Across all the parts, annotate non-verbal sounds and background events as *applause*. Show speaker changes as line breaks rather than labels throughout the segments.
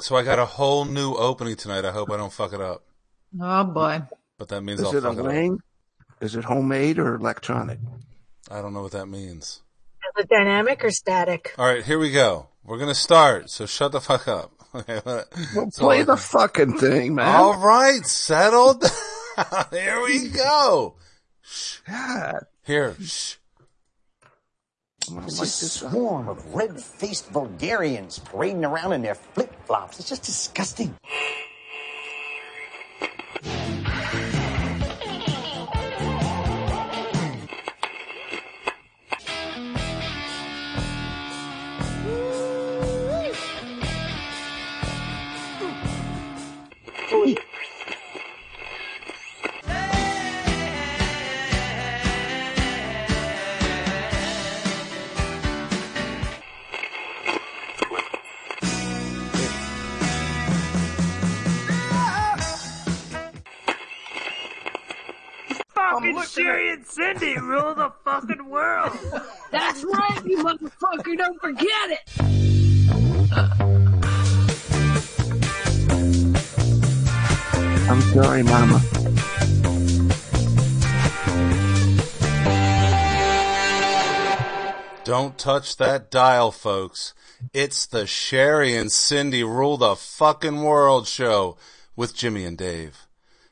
So I got a whole new opening tonight. I hope I don't fuck it up.
Oh boy.
But that means
Is
I'll
it a
fuck it up.
wang? Is it homemade or electronic?
I don't know what that means.
Is it dynamic or static?
All right, here we go. We're gonna start. So shut the fuck up. *laughs*
Well,
So-
play the fucking thing, man.
All right, settled. *laughs* down. here
*laughs*
we go.
God.
Here, shh.
I don't
It's
like
a
this. uh,
swarm of red-faced Bulgarians parading around in their flip-flops. It's just disgusting.
Fucking Sherry and Cindy rule the fucking world.
That's right, you motherfucker. Don't forget it.
I'm sorry, Mama.
Don't touch that dial, folks. It's the Sherry and Cindy Rule the Fucking World show with Jimmy and Dave.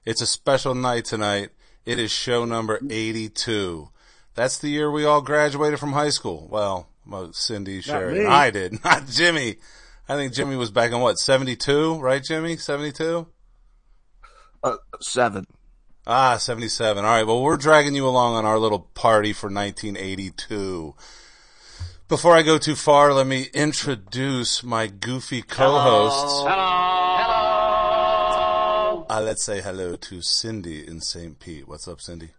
It's a special night tonight. It is show number 82. That's the year we all graduated from high school. Well, mo- Cindy, Sherry,
me.
and I did, *laughs* not Jimmy. I think Jimmy was back in what, 72, right Jimmy? 72?
Uh, seven.
Ah, 77. All right. Well, we're dragging you along on our little party for 1982. Before I go too far, let me introduce my goofy co-hosts. Hello. Hello. Uh, let's say hello to Cindy in St. Pete. What's up, Cindy?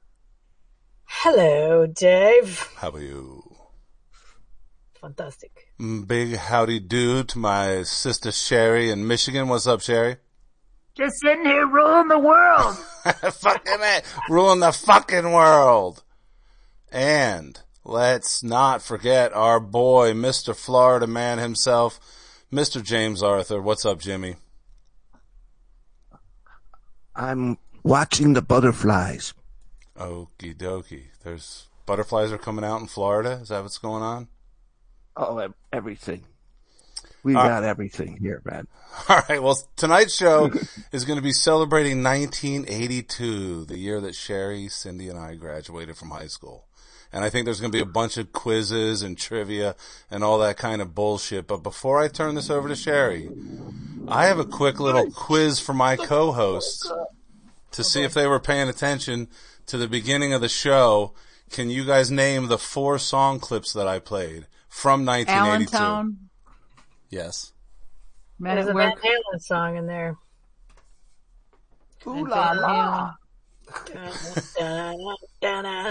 Hello, Dave.
How are you?
Fantastic.
Mm, Big howdy do to my sister Sherry in Michigan. What's up, Sherry?
Just sitting here ruling the world.
*laughs* fucking it. Ruling the fucking world. And let's not forget our boy, Mr. Florida man himself, Mr. James Arthur. What's up, Jimmy?
I'm watching the butterflies.
Okie dokie. There's butterflies are coming out in Florida. Is that what's going on?
Oh, ev- everything. We
Uh,
got everything here, man.
*laughs* All right. Well, tonight's show is going to be celebrating 1982, the year that Sherry, Cindy, and I graduated from high school. And I think there's going to be a bunch of quizzes and trivia and all that kind of bullshit. But before I turn this over to Sherry, I have a quick little quiz for my co-hosts to see if they were paying attention to the beginning of the show. Can you guys name the four song clips that I played from 1982?
Allentown.
Yes.
Men
There's a
at
Van
work.
Halen song in there.
Ooh la la.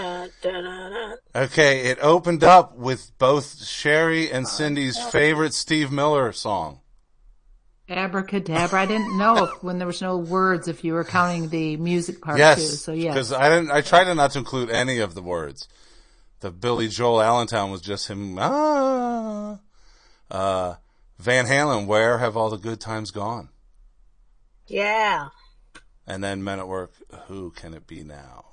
That's
Okay, it opened up with both Sherry
Uh,
and Cindy's favorite Steve Miller song.
Abracadabra. I didn't know if, when there was no words if you were counting the music part too.
Yes,
So yeah.
because I didn't. I tried to not to include any of the words. The Billy Joel Allentown was just him. Ah, uh, Van Halen. Where have all the good times gone?
yeah.
And then Men at Work. Who can it be now?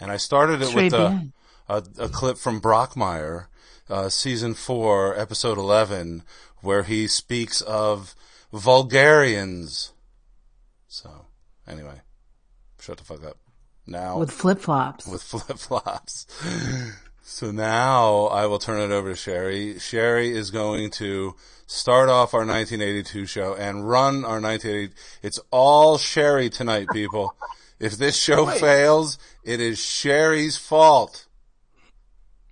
And I started it
Straight
with the.
behind.
a, a clip from Brockmire, uh, season four, episode 11, where he speaks of Vulgarians. So, anyway, shut the fuck up. Now,
With
*laughs* with,
flip flops.
flip flops. so now I will turn it over to Sherry. Sherry is going to start off our 1982 show and run our 1980. It's all Sherry tonight, people. If this show fails, it is Sherry's fault.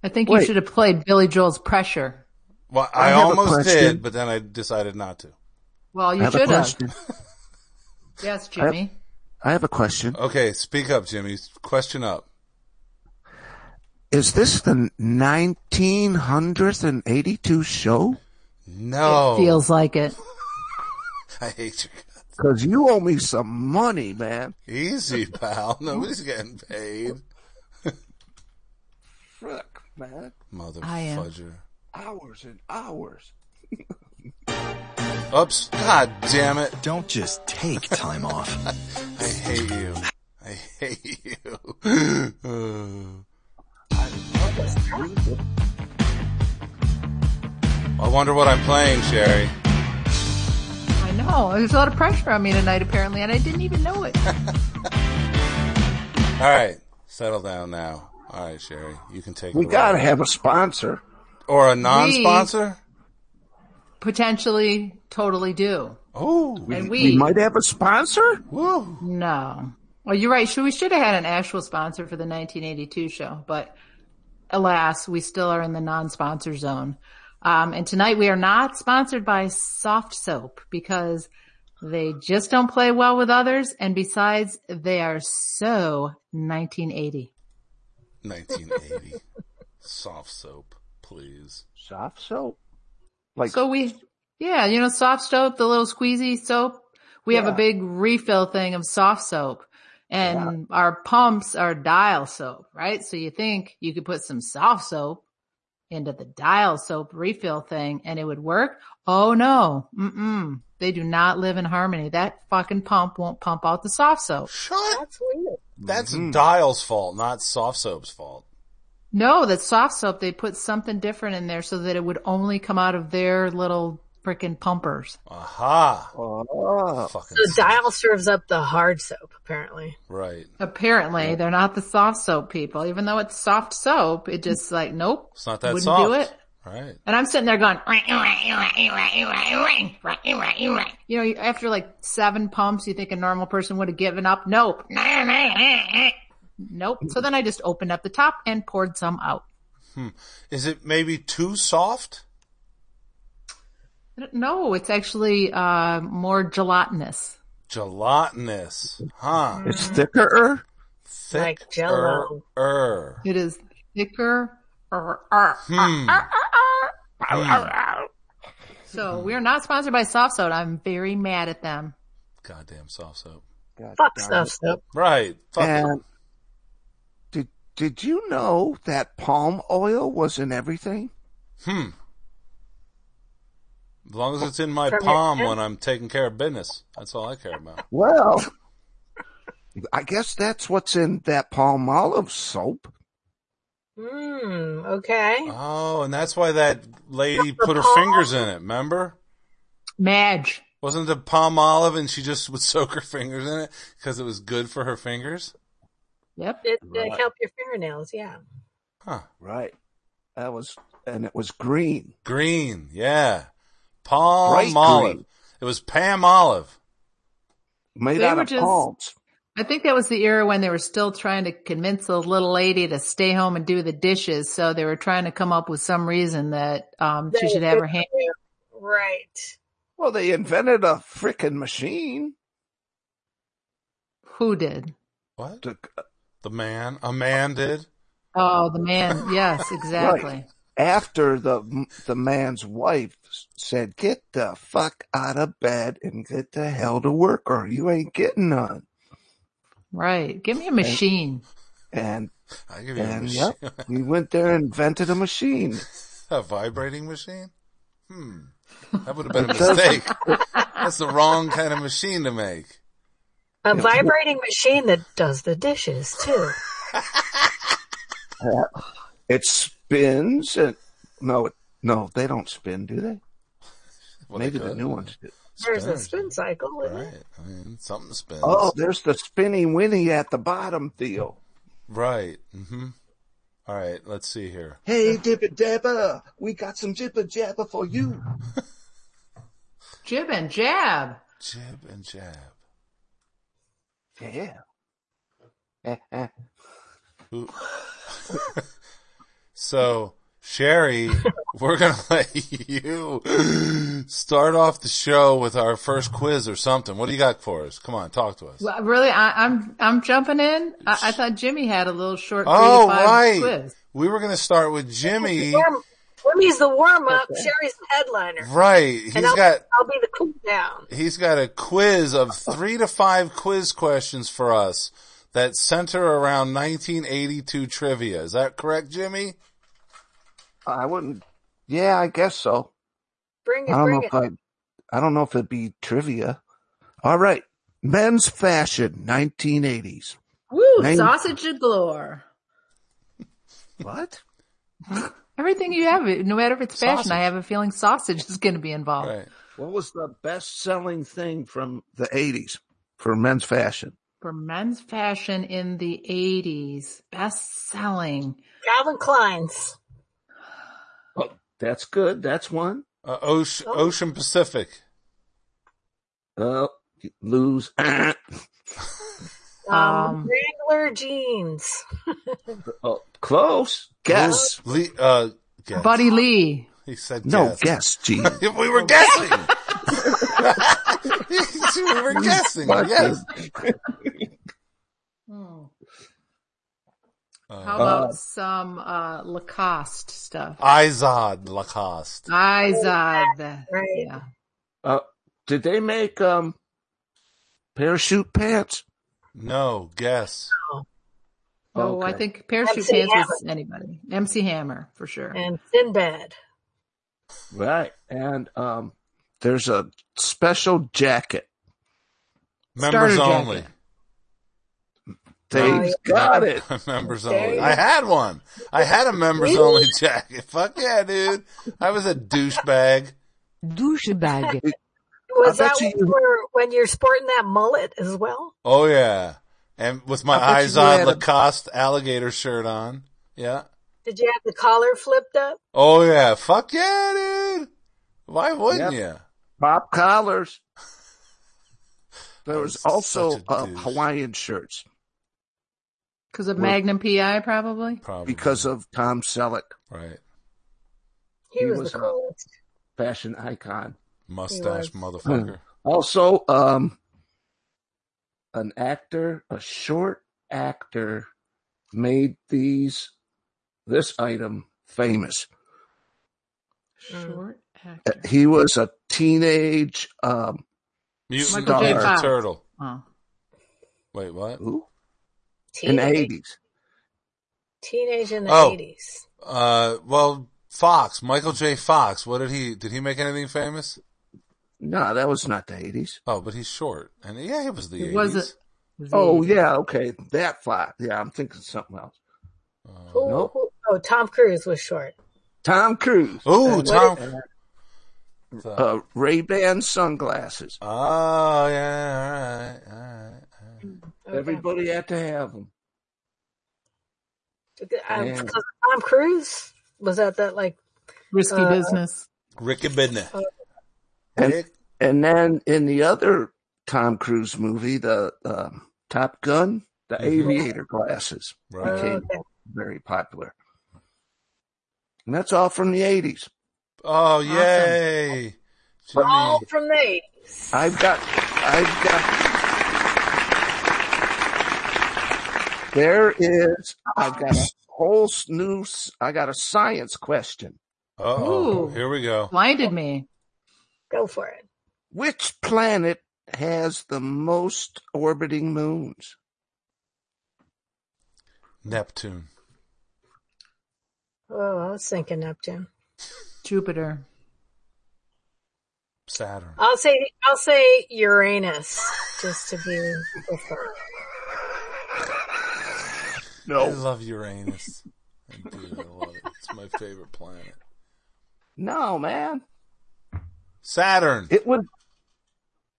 I think you
Wait.
should have played Billy Joel's pressure.
Well, I,
I have a
almost
question.
did, but then I decided not to.
Well,
I
you
have a
should have.
question.
Yes, Jimmy.
I have a question.
Okay, speak up, Jimmy. Question up.
Is this the 1982 show? Oh.
No,
Feels like it.
*laughs* I hate you.
Cause you owe me some money, man.
Easy, pal. Nobody's getting paid.
Frick, man.
Mother
I am.
fudger.
Hours and hours.
Oops. God damn it.
Don't just take time off.
I hate you. I hate you. *sighs* I wonder what I'm playing, Sherry.
I know. There's a lot of pressure on me tonight, apparently, and I didn't even
*laughs*
know it.
All right. Settle down now. All right, Sherry. You can take
We
the
gotta
role.
have a sponsor.
Or a non-sponsor?
Potentially, totally do.
Oh.
And
We,
we,
might have a sponsor.
Woo.
no. Well, you're right. Should, we should have had an actual sponsor for the 1982 show, but alas, we still are in the non-sponsor zone. Um, and tonight we are not sponsored by Soft Soap because they just don't play well with others. And besides, they are so 1980.
1980. Soft soap, please.
Soft soap. Like
So we, yeah, you know, soft soap, the little squeezy soap. We have a big refill thing of soft soap and our pumps are dial soap, right? So you think you could put some soft soap into the dial soap refill thing and it would work. Oh no. Mm-mm. They do not live in harmony. That fucking pump won't pump out the soft soap.
Shut.
That's weird.
That's
Mm-hmm.
Dial's fault, not soft soap's fault.
No, that soft soap, they put something different in there so that it would only come out of their little freaking pumpers.
Aha.
oh,
Fucking
So Dial serves up the hard soap, apparently.
right.
Apparently, they're not the soft soap people. Even though it's soft soap, it just like nope,
It's not that
wouldn't
soft.
do it.
Right.
And I'm sitting there going, you know, after like seven pumps, you think a normal person would have given up. Nope, *laughs* nope. So then I just opened up the top and poured some out.
Is it maybe too soft?
No, it's actually uh, more gelatinous.
Gelatinous. Huh.
it's thicker.
Thick.
Mm, Like Jell-O.
er.
It is thicker. er, er,
Hmm.
uh, So we are not sponsored by Soft Soda. I'm very mad at them.
Goddamn soft soap.
Fuck soft soap.
Right. Fuck it.
And did did you know that palm oil was in everything?
Hmm. As long as it's in my
From your
palm
hand?
when I'm taking care of business, that's all I care about.
Well, I guess that's what's in that palm olive soap.
Mm, okay.
Oh, and that's why that lady
the
put her
palm.
fingers in it. Remember?
Madge.
Wasn't it palm olive, and she just *laughs* would soak her fingers in it because it was good for her fingers?
Yep.
It, it help your fingernails, yeah.
Huh.
Right. That was, and it was green.
Green, yeah. Palm
Bright
olive.
green.
It was Pam Olive.
Made
They
out
were
of
just-
palms.
I think that was the era when they were still trying to convince the little lady to stay home and do the dishes. So they were trying to come up with some reason that um, she should have her hand.
Right.
Well, they invented a frickin' machine.
Who did?
What?
To,
The man. A man did.
Oh, the man. Yes, exactly.
after the the man's wife said, "Get the fuck out of bed and get the hell to work, or you ain't getting none."
Right. Give me a machine.
And
I give you a,
and
machine.
yep, we went there and invented a machine.
*laughs* a vibrating machine. Hmm. That would have
*laughs*
been a mistake. That's the wrong kind of machine to make.
A vibrating machine that does the dishes, too.
It spins and no, it- no, they don't spin, do they?
Well,
Maybe
they
the
could.
new ones do.
There's a
Spinners.
spin cycle, isn't it?
Right. I mean, something spins.
Oh, there's the spinny winny at the bottom, Theo.
Right. Mm-hmm. All right. Let's see here.
Hey, Dipper Dabba, we got some jibber jabber for
*laughs*
you.
Jib and jab.
Jib and jab.
Yeah. Eh,
Who- so, Sherry, *laughs* we're going to let you *gasps* start off the show with our first quiz or something. What do you got for us? Come on. Talk to us.
Well, really, I, I'm I'm jumping in. I, I thought Jimmy had a little short. three
oh,
to five
right.
quiz.
We were going to start with Jimmy.
Warm, Wimmy's the warm up, Sherry's the headliner.
Right. He's
and I'll,
got,
I'll be the cool down.
he's got a quiz of three to five quiz questions for us that center around 1982 trivia. Is that correct, Jimmy?
I wouldn't. Yeah, I guess so.
Bring it,
I don't
bring
know
it.
if I. I don't know if it'd be trivia. All right. Men's fashion, 1980s.
Woo,
Nine-
sausage galore.
What?
Everything you have, no matter if it's fashion,
Sausage.
I have a feeling sausage is going to be involved.
Right.
What was the best selling thing from the 80s for men's fashion?
For men's fashion in the 80s, best selling.
Calvin Klein's.
That's good. That's one.
Uh,
Oh.
Ocean, Ocean Pacific.
Uh, lose. *coughs* oh,
Um,
Um,
Wrangler jeans.
Oh, close. Guess.
Lee, uh, guess.
Buddy Oh, Lee.
He said
No
guess.
guess,
*laughs*
Gene.
we were guessing.
*laughs*
*laughs* we were guessing. yes. Hmm. Uh,
How about some uh, Lacoste stuff?
Izod Lacoste.
Izod.
Right.
Yeah.
*laughs* Uh, did they make um parachute pants?
No, guess.
Oh, I
Okay.
think parachute
MC
pants was anybody. MC Hammer for sure.
And Sinbad.
Right. And um there's a special jacket.
Members
Starter
only.
jacket.
They've
Oh, yeah.
got it.
*laughs* members
There
only.
you
I had one. I had a members only jacket. *laughs* Fuck yeah, dude. I was a douchebag.
Douchebag.
Was
bet
that
you you-
when, you were, when you're sporting that mullet as well?
Oh yeah. And with my
I bet you
Izod
had a-
Lacoste alligator shirt on. Yeah.
Did you have the collar flipped up?
Oh yeah. Fuck yeah, dude. Why wouldn't
Yep.
you?
Pop collars. There
I'm
was
such
also
a
uh,
douche.
Hawaiian shirts
Because of
Well-
Magnum PI, probably.
Probably.
because of Tom Selleck,
right.
He,
He
was,
was
the
a-
coolest.
fashion icon. Hmm.
Mustache
was.
motherfucker.
Also, um, an actor, a short actor, made these this item famous.
Short actor.
He was a teenage. Um,
Mutant
Michael
J.
Ninja
Fox.
Turtle.
Oh.
Wait, what?
who? in
Teenage,
the eighties.
Teenage in the
Oh.
80s.
Uh, well, Fox, Michael J. Fox. What did he? Did he make anything famous?
No, that was not the eighties.
Oh, but he's short, and yeah, he was the.
It
80s.
wasn't. was the
Oh
80s.
yeah, okay, that fly. Yeah, I'm thinking something else.
Who,
Nope.
who- oh, Tom Cruise was short.
Tom Cruise.
Ooh,
And,
Tom.
Uh, Ray Ban sunglasses.
Oh yeah, all right, all right.
Okay.
Everybody had to have them.
Um,
Yeah.
'cause Tom Cruise was at that like
Risky
Uh,
business.
Ricky Bidnick.
And-
Rick-
And then in the other Tom Cruise movie, the um, Top Gun, the aviator glasses
Right.
became
Okay.
very popular. And that's all from the 80s.
Oh yay!
all
Jimmy.
from the 80s.
I've got, I've got, there is, I've got a whole s- new, s- I got a science question.
Oh,
Ooh.
here we go.
Blinded me.
Go for it.
Which planet has the most orbiting moons?
Neptune.
Oh, I was thinking Neptune.
Jupiter.
Saturn.
I'll say I'll say Uranus just to be different.
I
No.
love Uranus. I do. I love it. It's my favorite planet.
No, man.
Saturn.
It was.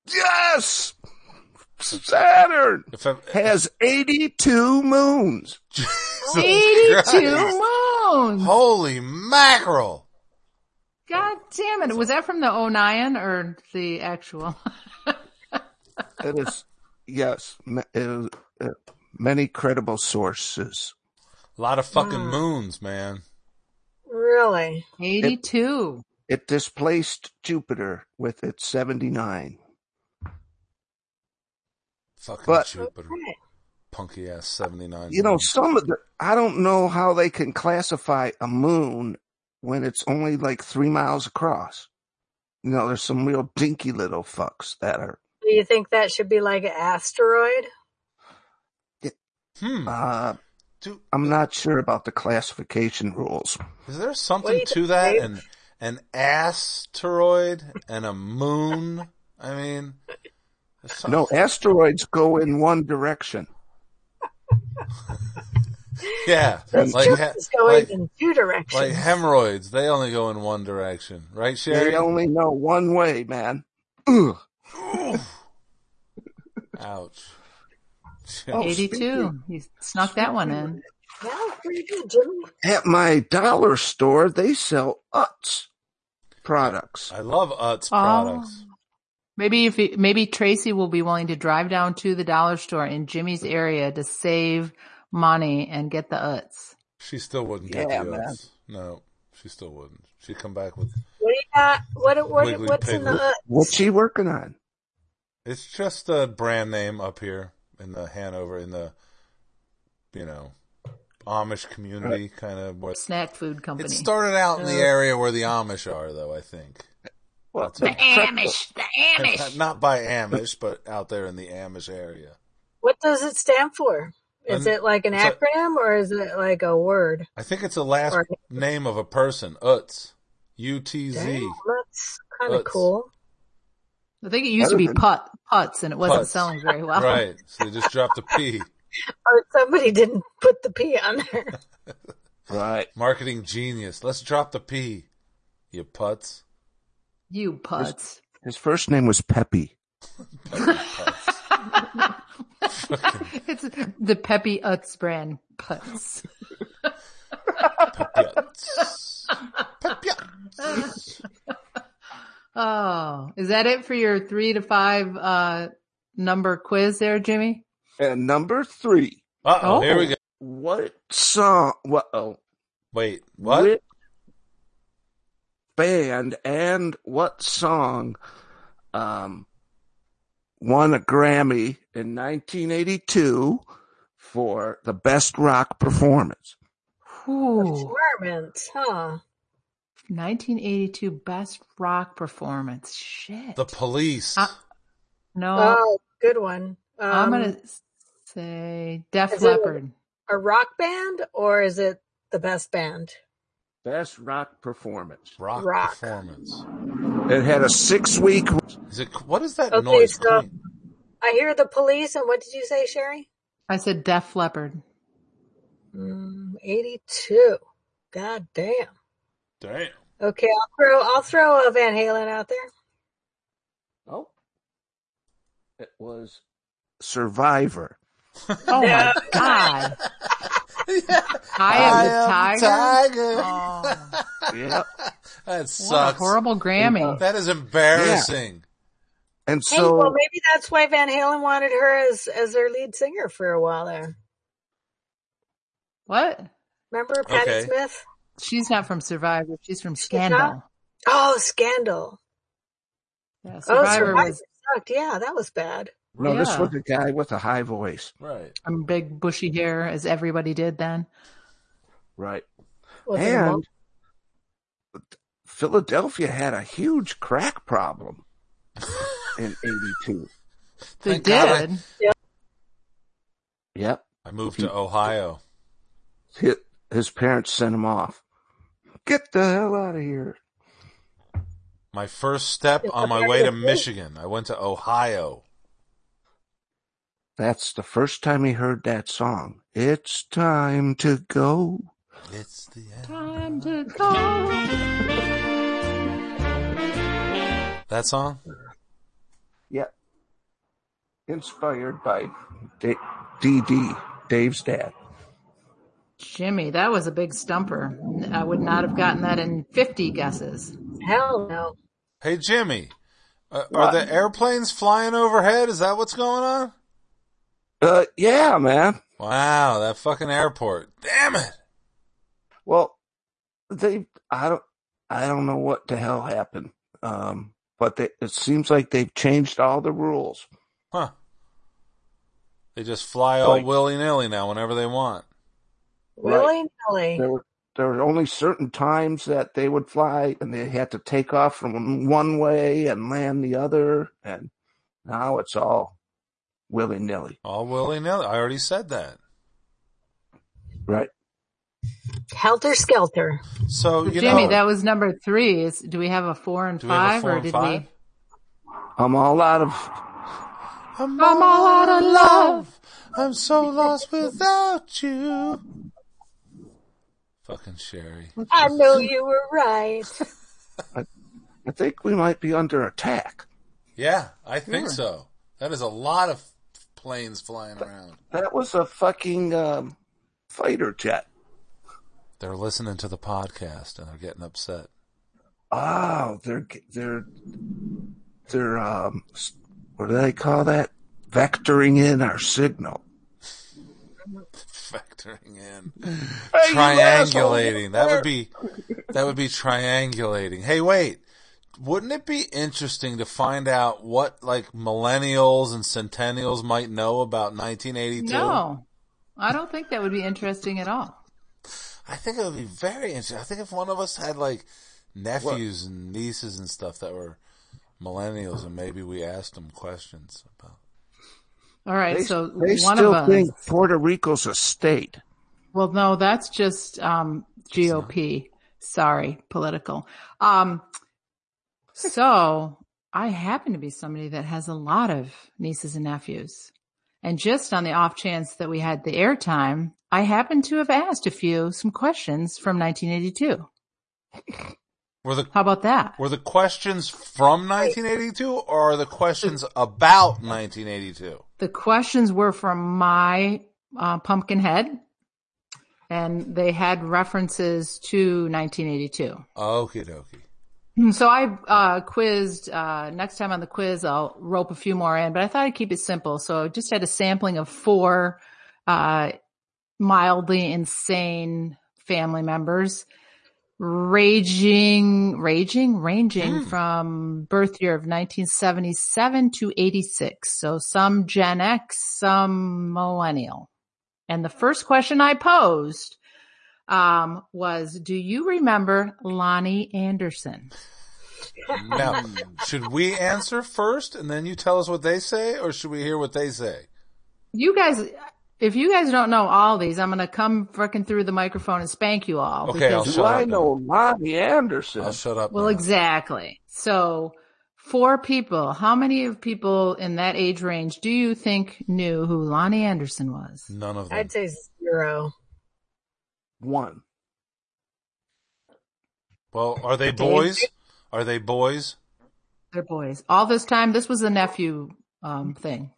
Yes! Saturn
If I,
has 82 moons.
Jesus
82
Christ.
moons.
Holy mackerel!
God damn it. Was that from the 09 or the actual? *laughs*
It is, yes, ma- it is, uh, many credible sources.
A lot of fucking moons, man.
Really?
82.
It displaced Jupiter with its 79.
Fucking
But-
Jupiter.
Okay.
Punky ass 79.
You know,
moons.
some of the, I don't know how they can classify a moon when it's only like three miles across. You know, there's some real dinky little fucks that are,
Do you think that should be like an asteroid?
Hmm.
uh,
Do,
I'm not sure about the classification rules.
is there
What do
something
you
to
think,
that?
Dave?
An an asteroid, and a moon. I mean, there's some-
No, asteroids go in one direction.
yeah,
*laughs* That's
like,
Just
he-
is going
like,
in two directions.
like hemorrhoids, they only go in one direction, right, Sherry?
They only know one way, man. Ugh.
Ouch.
Oh,
82.
speaking-
You snuck that one in.
yeah, pretty good, Jimmy.
At my dollar store, they sell Utz products.
I love Utz
Oh.
products.
Maybe if he, maybe Tracy will be willing to drive down to the dollar store in Jimmy's area to save money and get the uts.
She still wouldn't get
Yeah,
the
man.
Utz. No, she still wouldn't. She'd come back with
What do you got? What, what,
Wiggly
what's in the
piglet.
hut?
What's she working on?
It's just a brand name up here in the Hanover, in the, you know, Amish community, kind of. What
Snack food company.
it started out in the area where the Amish are, though. I think
Well,
The
Amish.
not, not by Amish, but out there in the Amish area.
What does it stand for? Is
An-
it like an
it's a-
acronym or is it like a word?
I think it's the last
Or-
name of a person, Utz, U T Z.
Damn, that's kind of
Let's-
cool.
I think it used to be
Everything.
put putts and it wasn't
Putz.
selling very well.
Right, so they just dropped a P.
Or Oh, somebody didn't put the P on there.
Right.
Marketing genius. Let's drop the P. You putz.
*laughs* You putts.
His first name was Peppy.
It's the Peppy Utz brand putts.
Peputz. Peputz.
Oh, is that it for your three to five, uh, number quiz there, Jimmy?
And number three,
Uh oh,
Oh.
here we go.
what song? What? Oh,
Wait, what?
Which band and what song um, won a Grammy in 1982 for the best rock performance?
Ooh,
Requirement, huh?
1982 best rock performance. Shit.
The police.
Uh, no,
oh, good one. Um,
I'm going to say Def
is it-
Leppard.
A rock band or is it the best band?
Best rock performance.
rock,
rock.
performance.
It had a six week.
Is it? What is that
Okay,
noise?
so-
Queen?
I hear the police and what did you say, Sherry?
I said Def Leppard.
Mm, 82. God damn.
Damn.
Okay, I'll throw I'll throw a Van Halen out there.
Oh. It was Survivor.
Oh my God. I am the tiger. Oh,
Yep.
That
what a
sucks.
horrible Grammy.
That is embarrassing.
And
Hey, well
so
maybe that's why Van Halen wanted her as as their lead singer for a while there.
What?
Remember Patti
Okay.
Smith?
She's not from Survivor. She's from Scandal.
Oh, Scandal.
Yeah,
oh,
Survivor
Survivor
was
sucked. Yeah, that was bad.
no, this
yeah.
was a guy with a high voice.
Right.
um, big bushy hair as everybody did then.
Right.
Was it a
and
mul-
Philadelphia had a huge crack problem in 82.
They
Thank God I-
did.
Yep.
I moved to Ohio.
His, his parents sent him off. Get the hell out of here.
My first step on my way to Michigan. I went to Ohio.
That's the first time he heard that song. It's time to go.
It's the end.
Time to go.
That song?
Yep. Inspired by D- DD, Dave's dad.
Jimmy, that was a big stumper. I would not have gotten that in 50 guesses.
Hell no.
Hey, Jimmy. Uh, are the airplanes flying overhead? Is that what's going on?
Uh, yeah, man.
Wow, that fucking airport. Damn it.
Well, they, I don't, I don't know what the hell happened. Um, but they, it seems like they've changed all the rules.
Huh. They just fly all
Like-
willy nilly now whenever they want.
Willy
Right.
nilly.
There were, there were only certain times that they would fly and they had to take off from one way and land the other. And now it's all willy nilly.
All willy nilly. I already said that.
Right.
Helter Skelter.
So you
Jimmy,
know,
that was number three. Is do we have a four and
do we have a
five,
four
or
and
did
five?
we?
I'm all out Um, of
I'm
I'm all out of love.
I'm so lost without you. Fucking Sherry.
I know you were right.
I think we might be under attack.
Yeah, I think so. That is a lot of planes flying around.
That was a fucking um, fighter jet.
They're listening to the podcast and they're getting upset. *laughs*
Oh, they're they're they're um, s- what do they call that? Vectoring in our signal.
Factoring in. triangulating. That would be that would be triangulating. Hey, wait. Wouldn't it be interesting to find out what like millennials and centennials might know about 1982?
No, I don't think that would be interesting at all.
I think it would be very interesting. I think if one of us had like nephews and nieces and stuff that were millennials and maybe we asked them questions about
All right,
They,
so
they
one
still
of us.
think Puerto Rico's a state.
Well, no, that's just um, GOP. Sorry, political. Um, so I happen to be somebody that has a lot of nieces and nephews. And just on the off chance that we had the airtime, I happen to have asked a few some questions from 1982.
Were the
How about that?
were the questions from 1982 or are the questions about 1982?
the questions were from my uh, Pumpkinhead, and they had references to 1982.
Okie dokie.
So I uh, quizzed. Uh, next time on the quiz, I'll rope a few more in, but I thought I'd keep it simple. So I just had a sampling of four uh, mildly insane family members, raging, raging, ranging from birth year of 1977 to 86. So some Gen X, some millennial. And the first question I posed um, was, do you remember Lonnie Anderson?
Now, should we answer first and then you tell us what they say, or should we hear what they say?
You guys, if you guys don't know all these, I'm going to come frickin' through the microphone and spank you all.
Okay, I'll
because-
shut
I
up.
know Lonnie Anderson.
I'll shut up.
well,
now.
exactly. So four people, how many of people in that age range do you think knew who Lonnie Anderson was?
None of them.
I'd say zero.
One.
Well, are they boys? Are they boys?
They're boys. All this time, this was a nephew um, thing.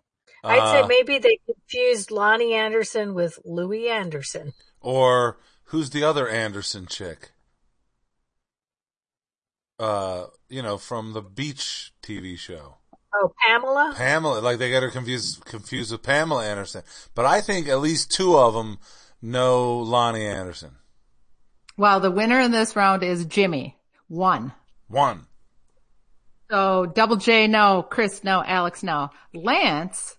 I'd
Uh,
say maybe they confused Lonnie Anderson with Louis Anderson.
Or who's the other Anderson chick? Uh, you know, from the beach TV show.
Oh, Pamela?
Pamela, like they got her confused confused with Pamela Anderson. But I think at least two of them know Lonnie Anderson.
Well, the winner in this round is Jimmy. One.
One.
So double J, no. Chris, no. Alex, no. Lance,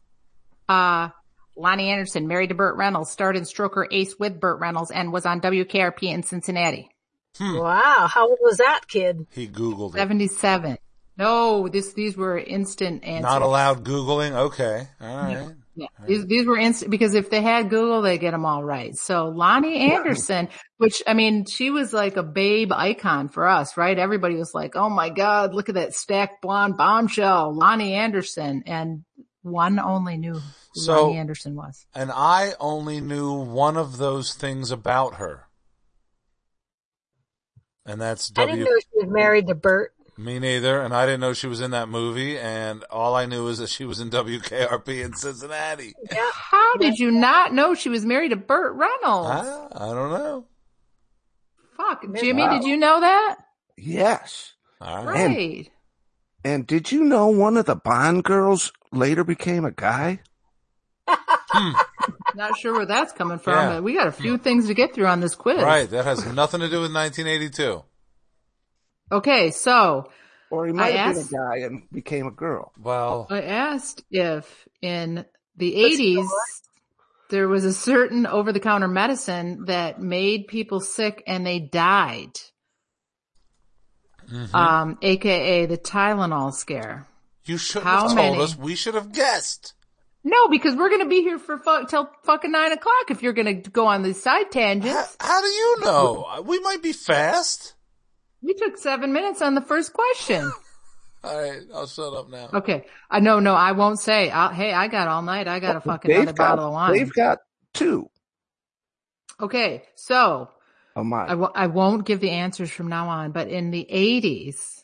uh, Lonnie Anderson, married to Burt Reynolds, starred in Stroker Ace with Burt Reynolds and was on WKRP in Cincinnati.
Hmm.
Wow, how old was that kid?
He Googled it.
77. No, this, these were instant answers.
Not allowed Googling? Okay. All right.
Yeah. These, these were instant because if they had Google, they get them all right. So Lonnie Anderson, which I mean, she was like a babe icon for us, right? Everybody was like, Oh my God, look at that stacked blonde bombshell, Lonnie Anderson. And one only knew who
So-
Lonnie Anderson was.
And I only knew one of those things about her. And that's
I didn't
W.
know she was married to Bert.
Me neither. And I didn't know she was in that movie. And all I knew is that she was in WKRP in Cincinnati.
Yeah.
How did you not know she was married to Burt Reynolds?
I, Ah, I don't know.
Fuck. Jimmy, did you know that?
Yes.
All right.
Right.
And did you know one of the Bond girls later became a guy?
Not sure where that's coming from,
Yeah.
but we got a few things to get through on this quiz.
Right. That has nothing to do with 1982.
Okay. So
Or he might
I
have been a
asked-
guy and became a girl.
Well,
I asked if in the 80s there was a certain over the counter medicine that made people sick and they died. Um, AKA the Tylenol scare.
you should have
How
told
many?
us. We should have guessed.
No, because we're gonna be here for fu- till fucking nine o'clock if you're gonna go on these side
How,
*laughs*
tangents.
how do you know? We might be fast.
We took seven minutes on the first question.
All right, I'll shut up now.
Okay. I no, no, I won't say. I'll, hey, I got all night. I got a fucking
They've
other bottle of wine.
They've got two
Okay. So
of
I
mine.
w- I won't give the answers from now on, but in the 80s,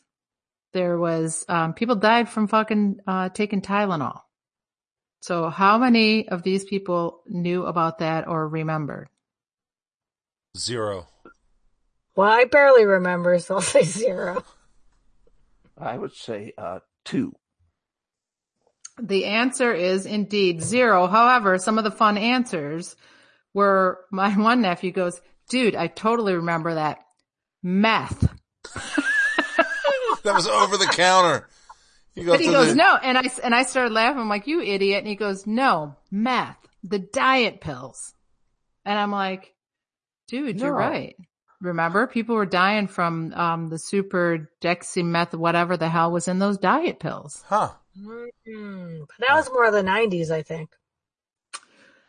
there was, um, people died from fucking, uh, taking Tylenol. So how many of these people knew about that or remembered?
Zero.
Well, I barely remember, so I'll say zero.
I, would say uh, two.
The answer is indeed zero. However, some of the fun answers were *laughs* my one nephew goes, dude, I totally remember that. Meth.
That was over the counter. You go
But he
to
goes,
the-
no. And I, s- and I started laughing. I'm like, you idiot. And he goes, no, meth, the diet pills. And I'm like, dude, you're
No.
right. Remember people were dying from, um, the super dexymeth, whatever the hell was in those diet pills.
Huh.
Mm, but that was more the 90s, I think.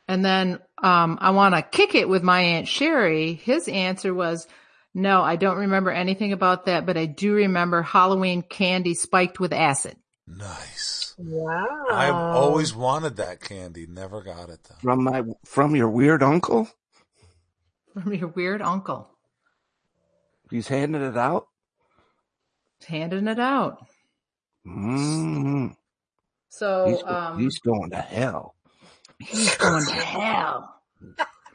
And then, um, I want to kick it with my aunt Sherry. His answer was, no, I don't remember anything about that, but I do remember Halloween candy spiked with acid. *laughs*
Nice.
Wow.
I've always wanted that candy. Never got it though.
From my from your weird uncle,
From your weird uncle
he's handing it out.
handing it out.
Mm,
So,
he's,
um,
he's going to hell.
He's going to hell.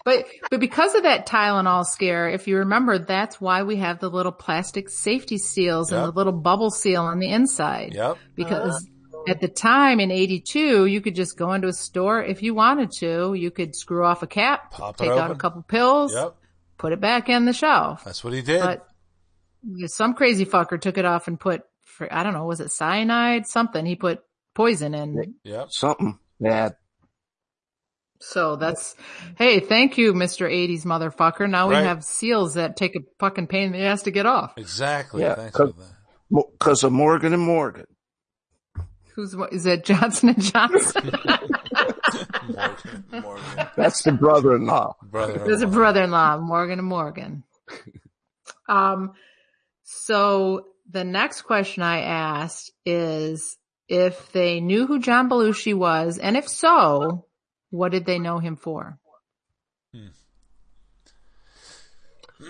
But but because of that Tylenol scare, if you remember, that's why we have the little plastic safety seals and
Yep.
the little bubble seal on the inside.
Yep.
Because at the time in '82, you could just go into a store if you wanted to. You could screw off a cap,
Pop it
take out a
open.
couple pills,
Yep.
put it back in the shelf.
That's what he did.
But some crazy fucker took it off and put, for, I don't know, was it cyanide? Something. He put poison in
yep.
Something that
So that's, hey, thank you, Mr. 80s motherfucker. Now we
Right.
have seals that take a fucking pain in the ass to get off.
Exactly.
Yeah,
Thanks for
cook-
that.
because of Morgan and Morgan.
Who's, is that *laughs* Johnson
*laughs*
and Johnson?
Morgan, Morgan,
That's the brother-in-law.
brother.
There's a brother-in-law, Morgan and Morgan. Um, so the next question I asked is if they knew who John Belushi was, and if so, what did they know him for?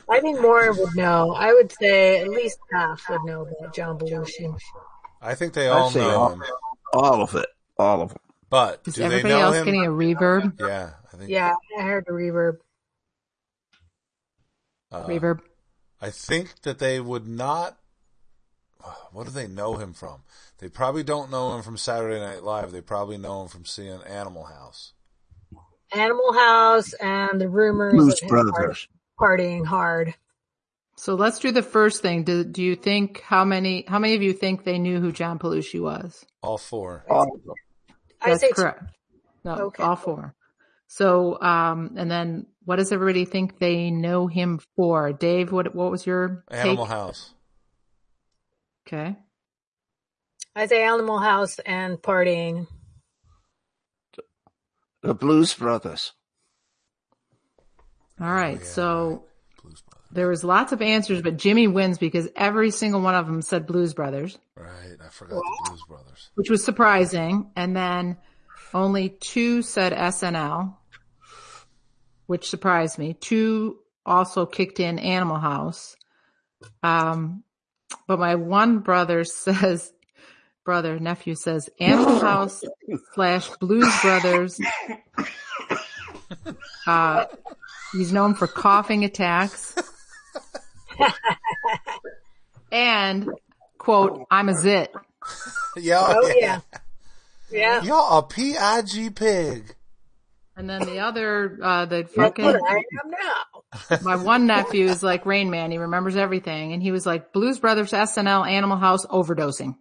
I think more would know. I would say at least half would know about John Belushi.
I think they all
I'd say
know
all-
him,
All of it. All of them.
but
Is
do they
everybody
know
else
him?
getting a reverb?
Yeah, I think.
Yeah, I heard the reverb.
uh,
reverb.
I think that they would not. *sighs* What do they know him from? They probably don't know him from Saturday Night Live. They probably know him from seeing Animal House.
Animal House and the rumors
Blues
of him
Brothers.
partying hard.
So let's do the first thing. Do, do you think how many how many of you think they knew who John Belushi was?
All four.
All of them.
I say
correct. No,
Okay.
all four. So um and then what does everybody think they know him for? Dave, what what was your take?
Animal House.
Okay.
I say Animal House and partying.
The Blues Brothers.
All right.
yeah,
so
Blues Brothers.
there was lots of answers, but Jimmy wins because every single one of them said Blues Brothers,
Right. I forgot the Blues Brothers. *laughs*
which was surprising. And then only two said SNL, which surprised me. Two also kicked in Animal House. Um, but my one brother *laughs* says, brother, nephew says Animal House slash Blues Brothers. Uh, he's known for coughing attacks. and quote, I'm a zit.
Yeah.
Oh yeah. Yeah.
Y'all a pig pig.
And then the other, uh, the
That's
fucking,
what I am now.
*laughs* my one nephew is like Rain Man. He remembers everything. And he was like Blues Brothers, SNL, Animal House,
*laughs*
overdosing.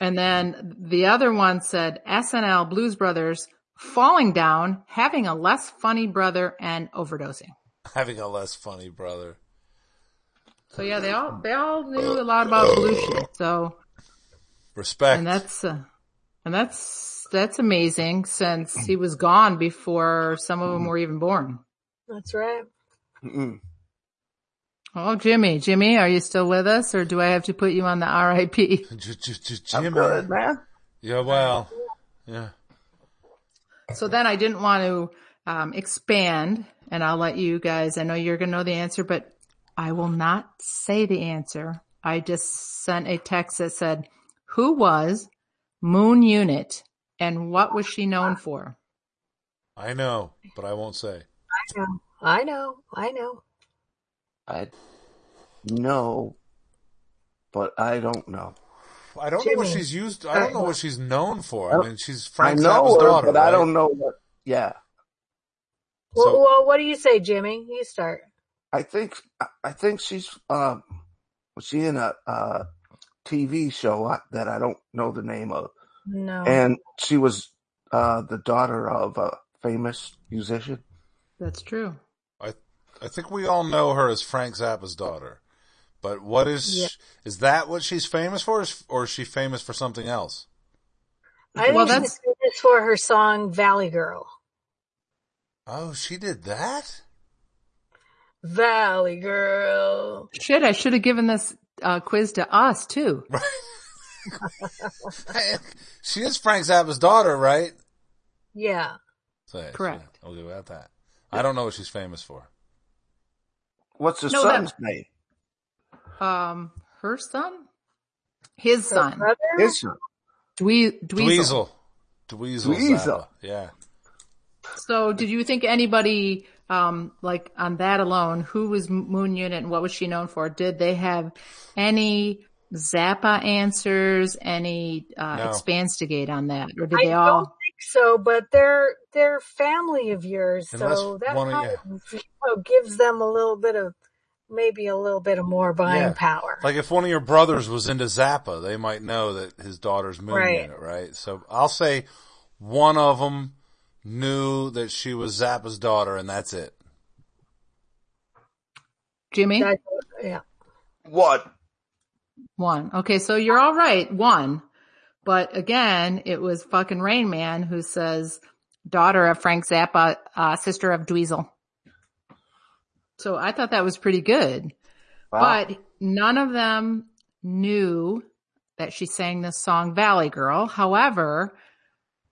and then the other one said SNL, Blues Brothers, falling down, having a less funny brother and overdosing.
Having a less funny brother.
So yeah, they all, they all knew a lot about Belushi. So,
Respect.
and that's, uh, And that's, that's amazing since he was gone before some of them were even born.
That's right.
Mm-mm.
Oh, Jimmy, Jimmy, are you still with us or do I have to put you on the RIP?
J- j- j-
I'm
Jimmy.
good, man.
Yeah, well, yeah.
So then I didn't want to um, expand and I'll let you guys, I know you're going to know the answer, but I will not say the answer. I just sent a text that said, who was Moon Unit and what was she known for?
I know, but I won't say.
I know. I know. I know.
I know, but I don't know.
I don't know what
Jimmy.
she's used. I don't know what she's known for.
I
I
don't-
mean, she's
I
Frank Zappa's
know her,
daughter,
but I
right?
don't know what. Yeah,
Well,
So-
well, what do you say, Jimmy? You start.
I think I- I think she's uh, was she in a uh TV show I- that I don't know the name of,
Oh.
No.
and she was uh the daughter of a famous musician.
That's true.
I I think we all know her as Frank Zappa's daughter. But what is
Yeah.
is that what she's famous for, is- or is she famous for something else?
I think
Well,
she's
that's-
famous for her song Valley Girl.
Oh, she did that. *laughs*
Valley Girl.
Shit, I should have given this uh, quiz to us too.
she is Frank Zappa's daughter, right?
Yeah.
So,
Correct.
Yeah, okay, about that. I don't know what she's famous for.
What's her
No,
son's
that-
name?
Um, her son? His
Her
son.
brother?
His son.
Dwee- Dweezil.
Dweezil. Dweezil.
Dweezil.
Zappa. Yeah.
So did you think anybody, um, like on that alone, who was M- Moon Unit and what was she known for? Did they have any Zappa answers, any, uh,
No.
Expanstigate on that? Or did
I
they
don't
all?
think so, but they're they're family of yours, so
Unless
that
one of-
kind of you know, gives them a little bit of maybe a little bit of more buying
Yeah.
power.
Like if one of your brothers was into Zappa, they might know that his daughter's moon
Right.
unit, right? So I'll say one of them knew that she was Zappa's daughter, and that's it.
Jimmy?
That- yeah.
What?
One. Okay, so you're all right. One. But again, it was fucking Rain Man who says, daughter of Frank Zappa, uh, sister of Dweezil. So I thought that was pretty good. But none of them knew that she sang this song, Valley Girl. However,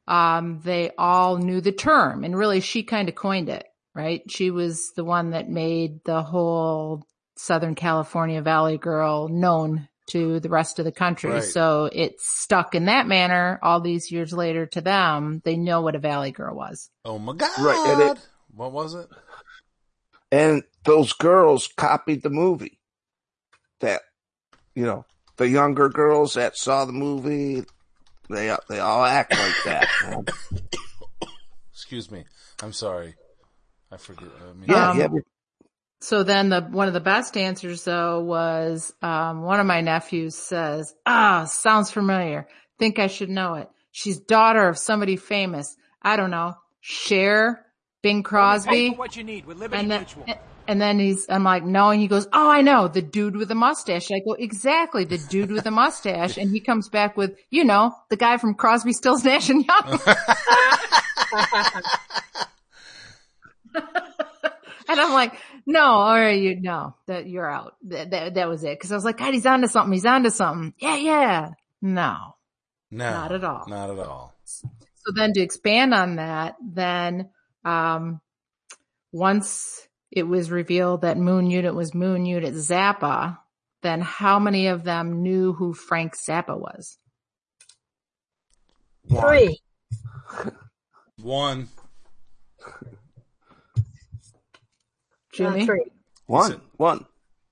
um, they all knew the term and really she kind of coined it, right? She was the one that made the whole Southern California Valley Girl known to the rest of the country.
Right.
So it stuck in that manner all these years later to them. They know what a Valley Girl was.
Oh my God!
Right, and it-
what was it?
and those girls copied the movie that you know the younger girls that saw the movie they they all act like
*laughs*
that man.
Excuse me. I'm sorry. I forget. I mean,
yeah
Um,
yeah but-
So then the, one of the best answers though was, um, one of my nephews says, ah, sounds familiar. Think I should know it. She's daughter of somebody famous. I don't know. Cher, Bing Crosby.
What you need with Liberty
And then,
Mutual.
and then he's, I'm like, no. And he goes, Oh, I know the dude with the mustache. I go, exactly the dude with the mustache. And he comes back with, you know, the guy from Crosby, Stills, Nash and
*laughs*
Young. *laughs* And I'm like, no, all right, you no, that you're out. That, that, that was it. Cause I was like, God, he's onto something. He's onto something. Yeah. Yeah. No.
no,
Not at all.
Not at all.
So then to expand on that, then, um, once it was revealed that Moon Unit was Moon Unit Zappa, then how many of them knew who Frank Zappa was?
Three.
One.
Uh,
Jimmy?
three.
one one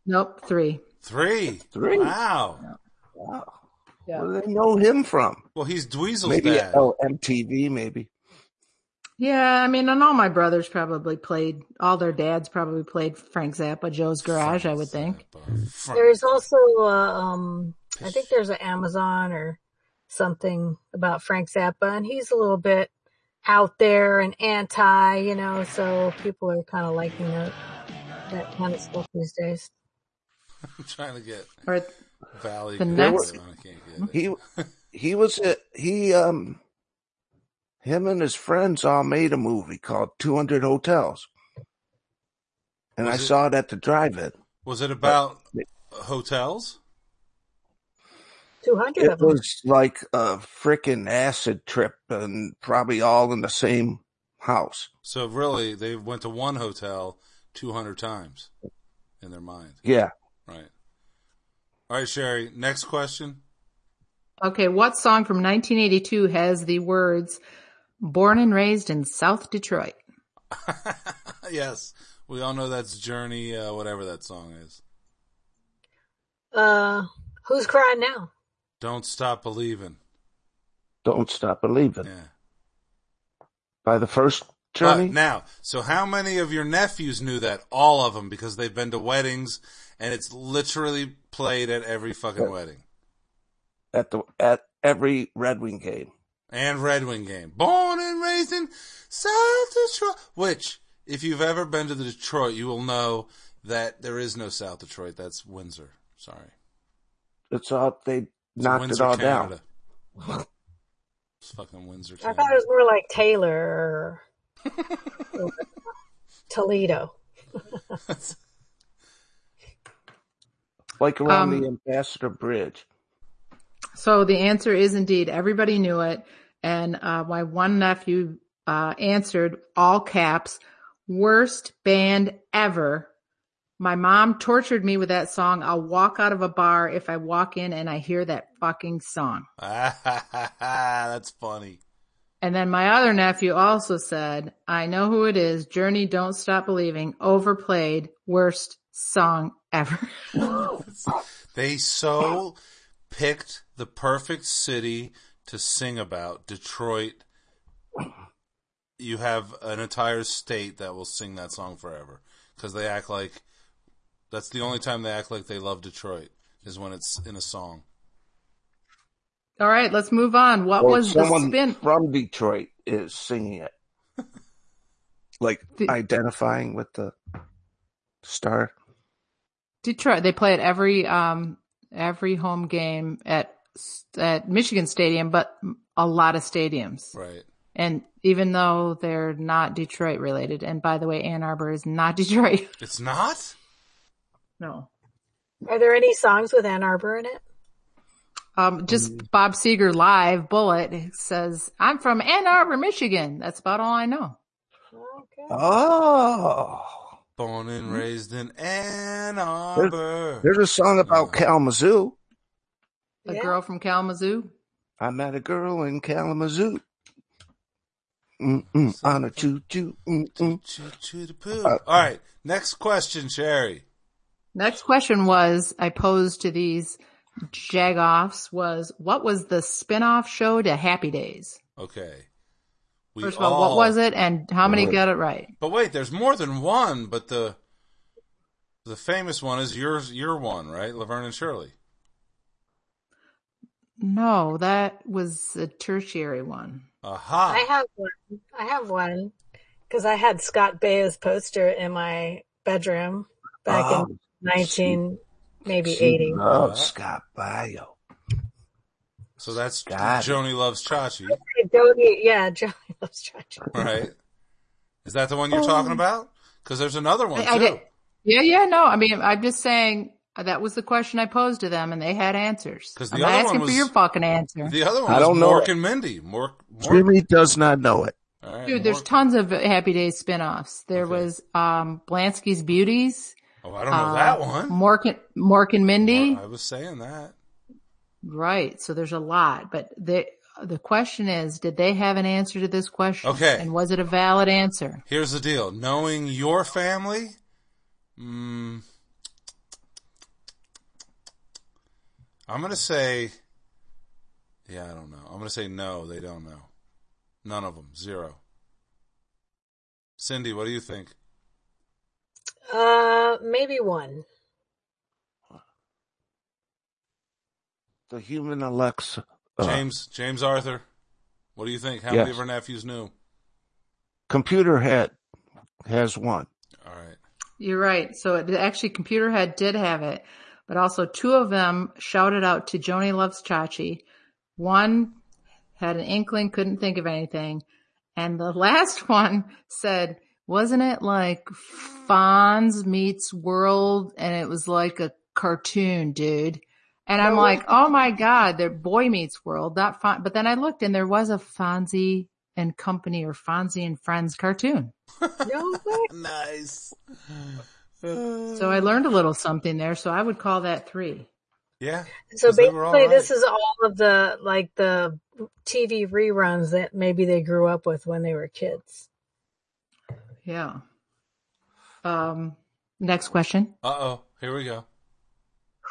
Nope, three.
Three.
Three.
Wow.
wow
Yeah.
where do they know him from
Well, he's Dweezil's
maybe
dad.
oh mtv maybe
Yeah, I mean, and all my brothers probably played, all their dads probably played Frank Zappa, Joe's Garage, I would think.
Frank.
There's also uh, um I think there's an Amazon or something about Frank Zappa and he's a little bit out there and anti, you know, so people are kind of liking that that kind of stuff these days.
I'm trying to get
Or
Valley.
The
good.
next-
I can't get it.
he he was a, he um him and his friends all made a movie called 200 hotels and
Was
i
it-
saw it at the drive-in
Was it about hotels?
Two hundred
it
of them.
was like a freaking acid trip and probably all in the same house
So really, they went to one hotel 200 times in their mind.
yeah
Right. All right, Sherry. Next question. *laughs*
Okay, what song from 1982 has the words "Born and raised in South Detroit"?
yes, we all know that's Journey, uh, whatever that song is.
Uh, who's crying now?
Don't stop believing.
don't stop believing
Yeah.
by the first journey
But now, so how many of your nephews knew that? All of them, because they've been to weddings, and it's literally played at every fucking wedding
at the at every red wing game
and Red Wing game. Born and raised in South Detroit, which, if you've ever been to the Detroit, you will know that there is no South Detroit. That's Windsor. Sorry,
it's all they
It's
knocked
Windsor,
it all down
Canada. *laughs* It's fucking Windsor.
I
Canada.
thought it was more like Taylor
*laughs*
or Toledo.
like around
Um,
the ambassador bridge
So the answer is indeed everybody knew it, and uh, my one nephew uh, answered all caps, "Worst band ever." My mom tortured me with that song. I'll walk out of a bar if I walk in and I hear that fucking song.
*laughs* That's funny.
And then my other nephew also said, I know who it is. Journey, don't stop believing. Overplayed. Worst song ever. *laughs*
They so picked the perfect city to sing about. Detroit. You have an entire state that will sing that song forever because they act like that's the only time they act like they love Detroit is when it's in a song.
All right. Let's move on. What
Or
was the
someone
spin?
from Detroit is singing *laughs* it, like
The-
identifying with the star.
Detroit. They play it every, um, every home game at, at Michigan Stadium, but a lot of stadiums.
Right.
And even though they're not Detroit related, and by the way, Ann Arbor is not *laughs* Detroit.
It's not?
No.
Are there any songs with Ann Arbor in it?
Um, just Bob Seger live bullet says, I'm from Ann Arbor, Michigan. That's about all I know.
Okay.
Oh,
Born and raised in Ann Arbor.
there's a song about Kalamazoo.
A
Yeah.
girl from Kalamazoo.
I met a girl in Kalamazoo. Mm-mm, on a choo choo. Mm-mm.
Choo choo to poo. All right. Next question, Sherry.
Next question was, I posed to these jagoffs was, what was the spin-off show to Happy Days?
Okay. We
First of all, what was it and how many got it right?
But wait, there's more than one. But the the famous one is yours. Your one, right? Laverne and Shirley.
No, that was a tertiary one.
Aha!
I have one. I have one because I had Scott Baio's poster in my bedroom back
Oh,
in nineteen, maybe
She
eighty.
loves Scott Bio.
so that's
Got it.
Joni loves Chachi,
Jody, yeah, *laughs* Jody loves Chachi.
right? Is that the one you're talking about? Because there's another one
Um, I- I
too.
did- Yeah, yeah, no. I mean, I'm just saying that was the question I posed to them and they had answers.
'Cause the
I'm not
other one
asking for
was-
your fucking answer.
The other one
I
was
don't know
Mork
it.
and Mindy. Mork, Mork.
Jimmy does not know it.
All right,
Dude, there's
Mork-
tons of Happy Days spinoffs. There
Okay.
was um Blansky's Beauties,
oh, I don't know that one. Oh,
Mork and, Mork and Uh, Mindy.
I was saying that.
Right. So there's a lot, but the the question is, did they have an answer to this question?
Okay.
And was it a valid answer?
Here's the deal: knowing your family, mm, I'm gonna say, yeah, I don't know. I'm gonna say no, they don't know. None of them, zero. Cindy, what do you think?
Uh, maybe one.
The human Alexa. uh,
James, James Arthur, what do you think? How many
Yes.
of her nephews knew?
Computer head has one.
All right,
You're right. So it actually Computer Head did have it, but also two of them shouted out to Joni Loves Chachi. One had an inkling, couldn't think of anything. And the *laughs* last one said, wasn't it like Fonz meets World? And it was like a cartoon, dude. And I'm like, oh my God, they're Boy Meets World, not Fonz. But then I looked and there was a Fonzie and Company or Fonzie and Friends cartoon.
No way.
Nice.
So I learned a little something there. So I would call that three.
Yeah.
So
'cause they were all
basically, this
right.
is all of the like the TV reruns that maybe they grew up with when they were kids.
Yeah. Um, next question.
Uh oh. Here we go.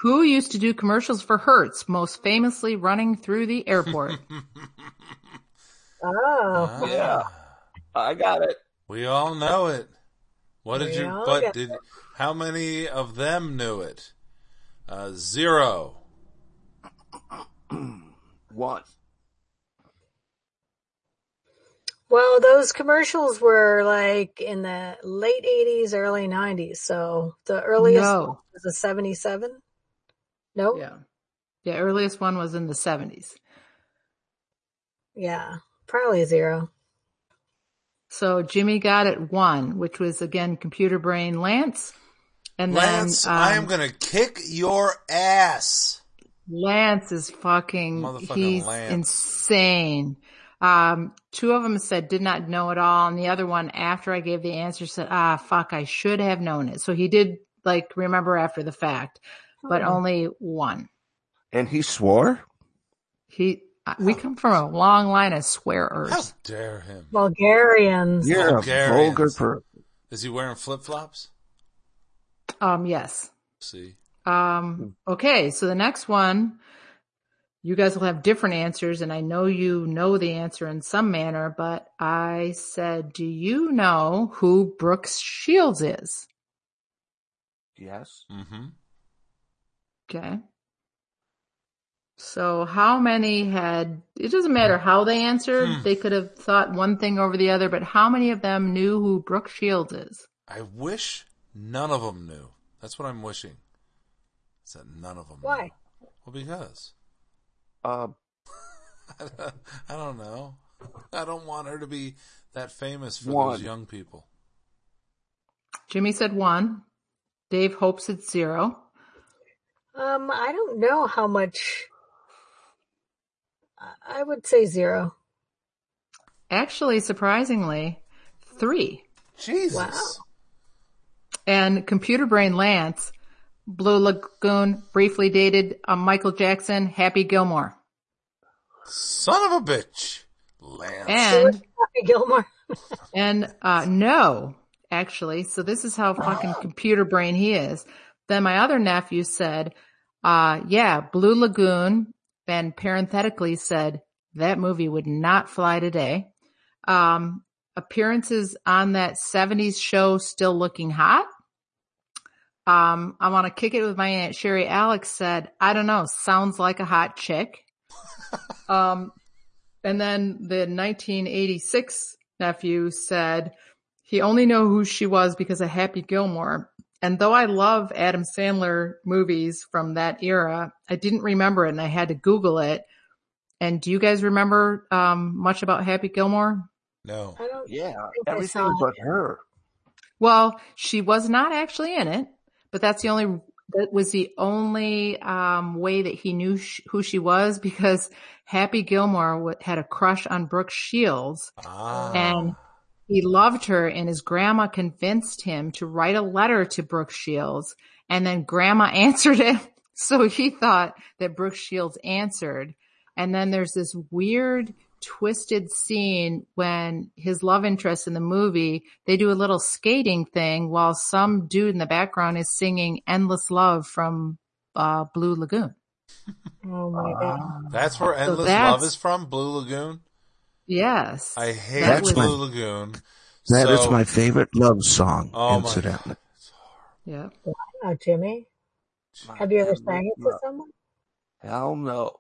Who used to do commercials for Hertz, most famously running through
*laughs*
the airport?
Oh,
Yeah. I got it.
We all know it. What did
We
you?
all
But
got
did how many of them knew it? Uh, zero.
One.
well, those commercials were like in the late '80s, early '90s. So the earliest
No.
was a '77. No, yeah.
yeah. The earliest one was in the seventies.
probably zero.
So Jimmy got it one, which was again computer brain Lance. And
Lance,
then um,
I am gonna kick your ass.
Lance is fucking,
Motherfucking
he's
Lance.
insane. Um, two of them said did not know at all. And the other one after I gave the answer said, ah, fuck, I should have known it. So he did like remember after the fact, but only one.
And he swore?
He, uh, we come from a long line of swearers.
How dare him?
Bulgarians.
You're a
Bulgarians.
vulgar per
Is he wearing flip flops?
Um, yes.
See,
Um, okay. So the next one, you guys will have different answers and I know you know the answer in some manner, but I said, do you know who Brooks Shields is?
Yes.
mm-hmm.
Okay. So how many had, it doesn't matter how they answered. They could have thought one thing over the other, but how many of them knew who Brooks Shields is?
I wish none of them knew. That's what I'm wishing. Is that none of them?
Why?
Knew. Well, because *laughs*
Uh,
I don't know. I don't want her to be that famous for
One.
those young people.
Jimmy said one. Dave hopes it's zero.
Um, I don't know how much. I- I would say zero.
Actually, surprisingly, three.
Jesus.
Wow.
And computer brain Lance, Blue Lagoon, briefly dated um, Michael Jackson, Happy Gilmore.
Son of a bitch. Lance.
And,
Gilmore.
and, uh, no, actually. So this is how fucking computer brain he is. Then my other nephew said, uh, yeah, Blue Lagoon, and parenthetically said, that movie would not fly today. Um, appearances on that 70s show, Still Looking Hot. Um, I want to kick it with my aunt Sherry. Alex said, I don't know, sounds like a hot chick. um, and then the 1986 nephew said he only knew who she was because of Happy Gilmore. And though I love Adam Sandler movies from that era, I didn't remember it and I had to Google it. And do you guys remember, um, much about Happy Gilmore?
no.
I don't.
yeah.
think I
Everything
saw it.
but her.
Well, she was not actually in it, but that's the only that was the only um, way that he knew sh- who she was because Happy Gilmore w- had a crush on Brooke Shields
Ah.
and he loved her, and his grandma convinced him to write a letter to Brooke Shields, and then grandma *laughs* answered it. So he thought that Brooke Shields answered. And then there's this weird twisted scene when his love interest in the movie, they do a little skating thing while some dude in the background is singing Endless Love from uh, Blue Lagoon.
Oh my god.
That's where Endless
that's-
Love is from? Blue Lagoon?
Yes.
I hate
That
was-
Blue Lagoon.
That is
So-
my favorite love song,
Oh my
incidentally.
yeah.
Oh, Jimmy. Have you ever sang it to someone?
Hell no.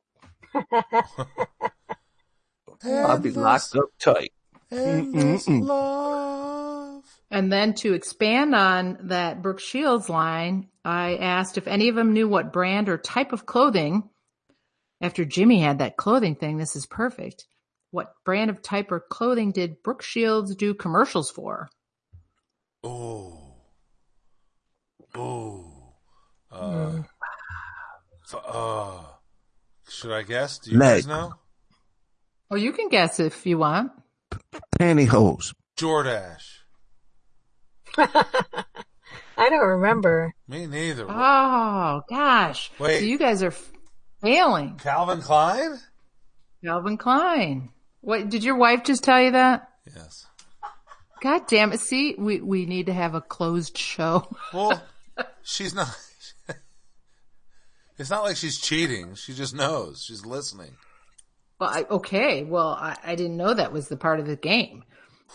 I'll be locked up tight.
Endless
Mm-mm-mm.
Love.
And then to expand on that Brooke Shields line, I asked if any of them knew what brand or type of clothing After Jimmy had that clothing thing, this is perfect. What brand of type or clothing did Brooke Shields do commercials for?
Ooh. Ooh. Uh, f- uh, should I guess? Do you guys
Leg.
know?
Well, you can guess if you want.
Pantyhose.
Jordash.
I don't remember.
Me neither.
Oh gosh.
Wait.
So you guys are failing.
Calvin Klein?
Calvin Klein. What did your wife just tell you that?
Yes.
God damn it. See, we, we need to have a closed show. *laughs*
Well, she's not. It's not like she's cheating. She just knows. She's listening.
Well, I, okay. Well, I, I didn't know that was the part of the game.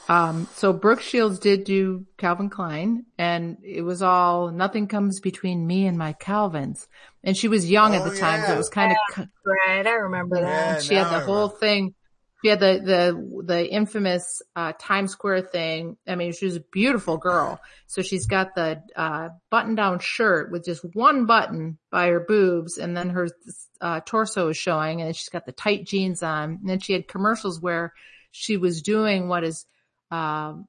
Um, so Brooke Shields did do Calvin Klein and it was all nothing comes between me and my Calvins. And she was young at
Oh,
the time. So
yeah.
it was kind of,
Right, I remember that.
Yeah,
and she
now
had
I
the whole
remember.
thing. She had the the the infamous uh, Times Square thing. I mean, she was a beautiful girl. So she's got the uh, button down shirt with just one button by her boobs, and then her uh, torso is showing, and then she's got the tight jeans on. And then she had commercials where she was doing what is um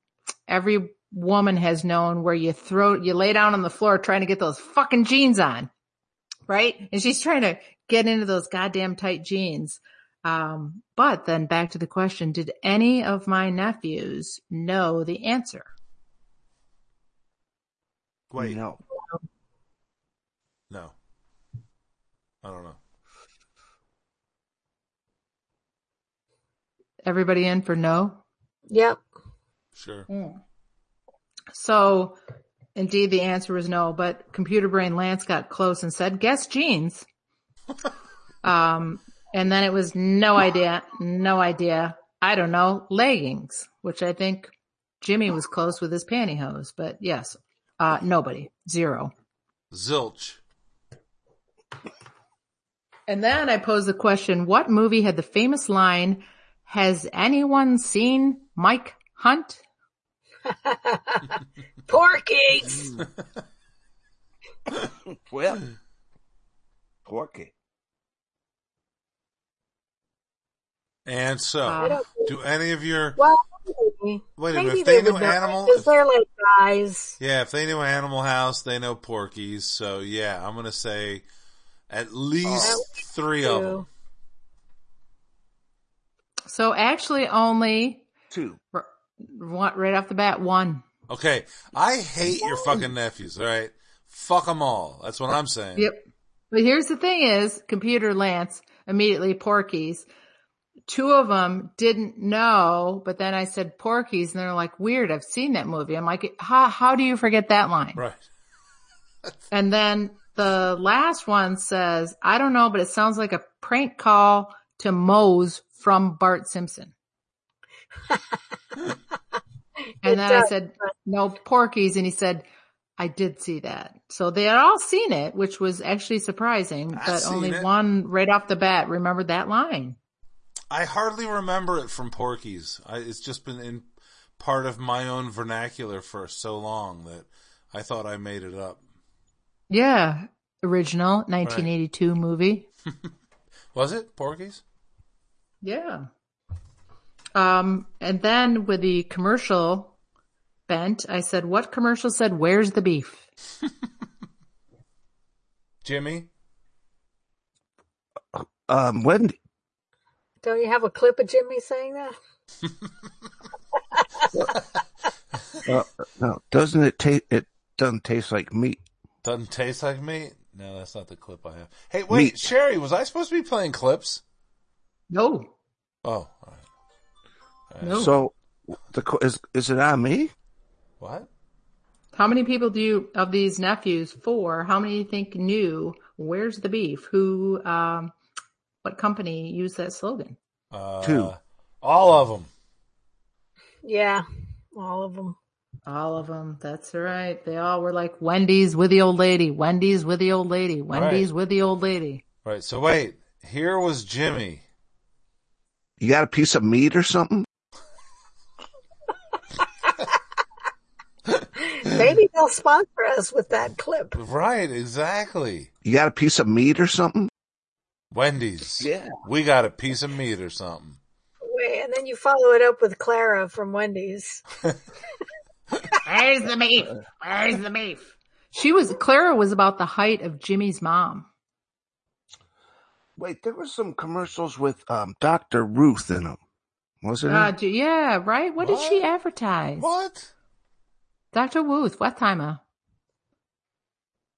every woman has known, where you throw you lay down on the floor trying to get those fucking jeans on right? And she's trying to get into those goddamn tight jeans. Um, but then back to the question, did any of my nephews know the answer?
Wait,
No.
no. I don't know.
Everybody in for no?
Yep.
Sure.
So indeed the answer was no, but computer brain Lance got close and said, guess jeans. um, and then it was no idea, no idea. I don't know, leggings, which I think Jimmy was close with his pantyhose, but yes, uh, nobody, zero.
Zilch.
And then I posed the question, what movie had the famous line, has anyone seen Mike Hunt?
Porkies.
Well, Porky.
And so,
I don't
do any of your
Well, maybe.
Wait a
maybe
minute, if they
would
knew
know,
animal-
'cause they're like guys.
yeah? If they know Animal House, they know Porkies. So yeah, I'm gonna say at least three of them.
too.
So actually only
Two.
r- one- right off the bat, one.
Okay, I hate your fucking nephews. All right, fuck them all. That's what I'm saying.
Yep. But here's the thing is, computer Lance, immediately Porky's. Two of them didn't know, but then I said Porky's and they're like, weird, I've seen that movie. I'm like, how, how do you forget that line?
Right.
And then the last one says, I don't know, but it sounds like a prank call to Moe's from Bart Simpson.
It
and then I
does,
said, no porkies. And he said, I did see that. So they had all seen it, which was actually surprising,
I've
but
seen
only
it.
one right off the bat remembered that line.
I hardly remember it from Porky's. I, it's just been in part of my own vernacular for so long that I thought I made it up.
Yeah. Original 1982 movie.
Was it Porky's?
Yeah. Um, and then with the commercial bent, I said, what commercial said, where's the beef?
Jimmy?
Um, Wendy.
Don't you have a clip of Jimmy saying that?
Uh, no, doesn't it taste? It doesn't taste like meat.
Doesn't taste like meat? No, that's not the clip I have. Hey, wait,
Meat.
Sherry, was I supposed to be playing clips?
No.
Oh, all right.
No.
Uh, So, the qu- is is it on me?
What?
how many people do you, of these nephews, four, how many do you think knew where's the beef? Who, um, what company used that slogan?
Uh,
Two.
All of them.
Yeah, all of
*clears throat*
them.
All of them. That's right. They all were like Wendy's with the old lady, Wendy's with the old lady, Wendy's with the old lady.
Right, so wait. Here was Jimmy.
You got a piece of meat or something?
Maybe they'll sponsor us with that clip.
Right, exactly.
You got a piece of meat or something?
Wendy's.
Yeah.
We got a piece of meat or something.
Wait, and then you follow it up with Clara from Wendy's.
Where's the beef? Where's the beef? She was Clara was about the height of Jimmy's mom.
Wait, there were some commercials with um, Dr. Ruth in them, wasn't
Uh,
it?
j- yeah, right. What, did she
What?
advertise?
What?
Dr. Wuth, what uh, timer?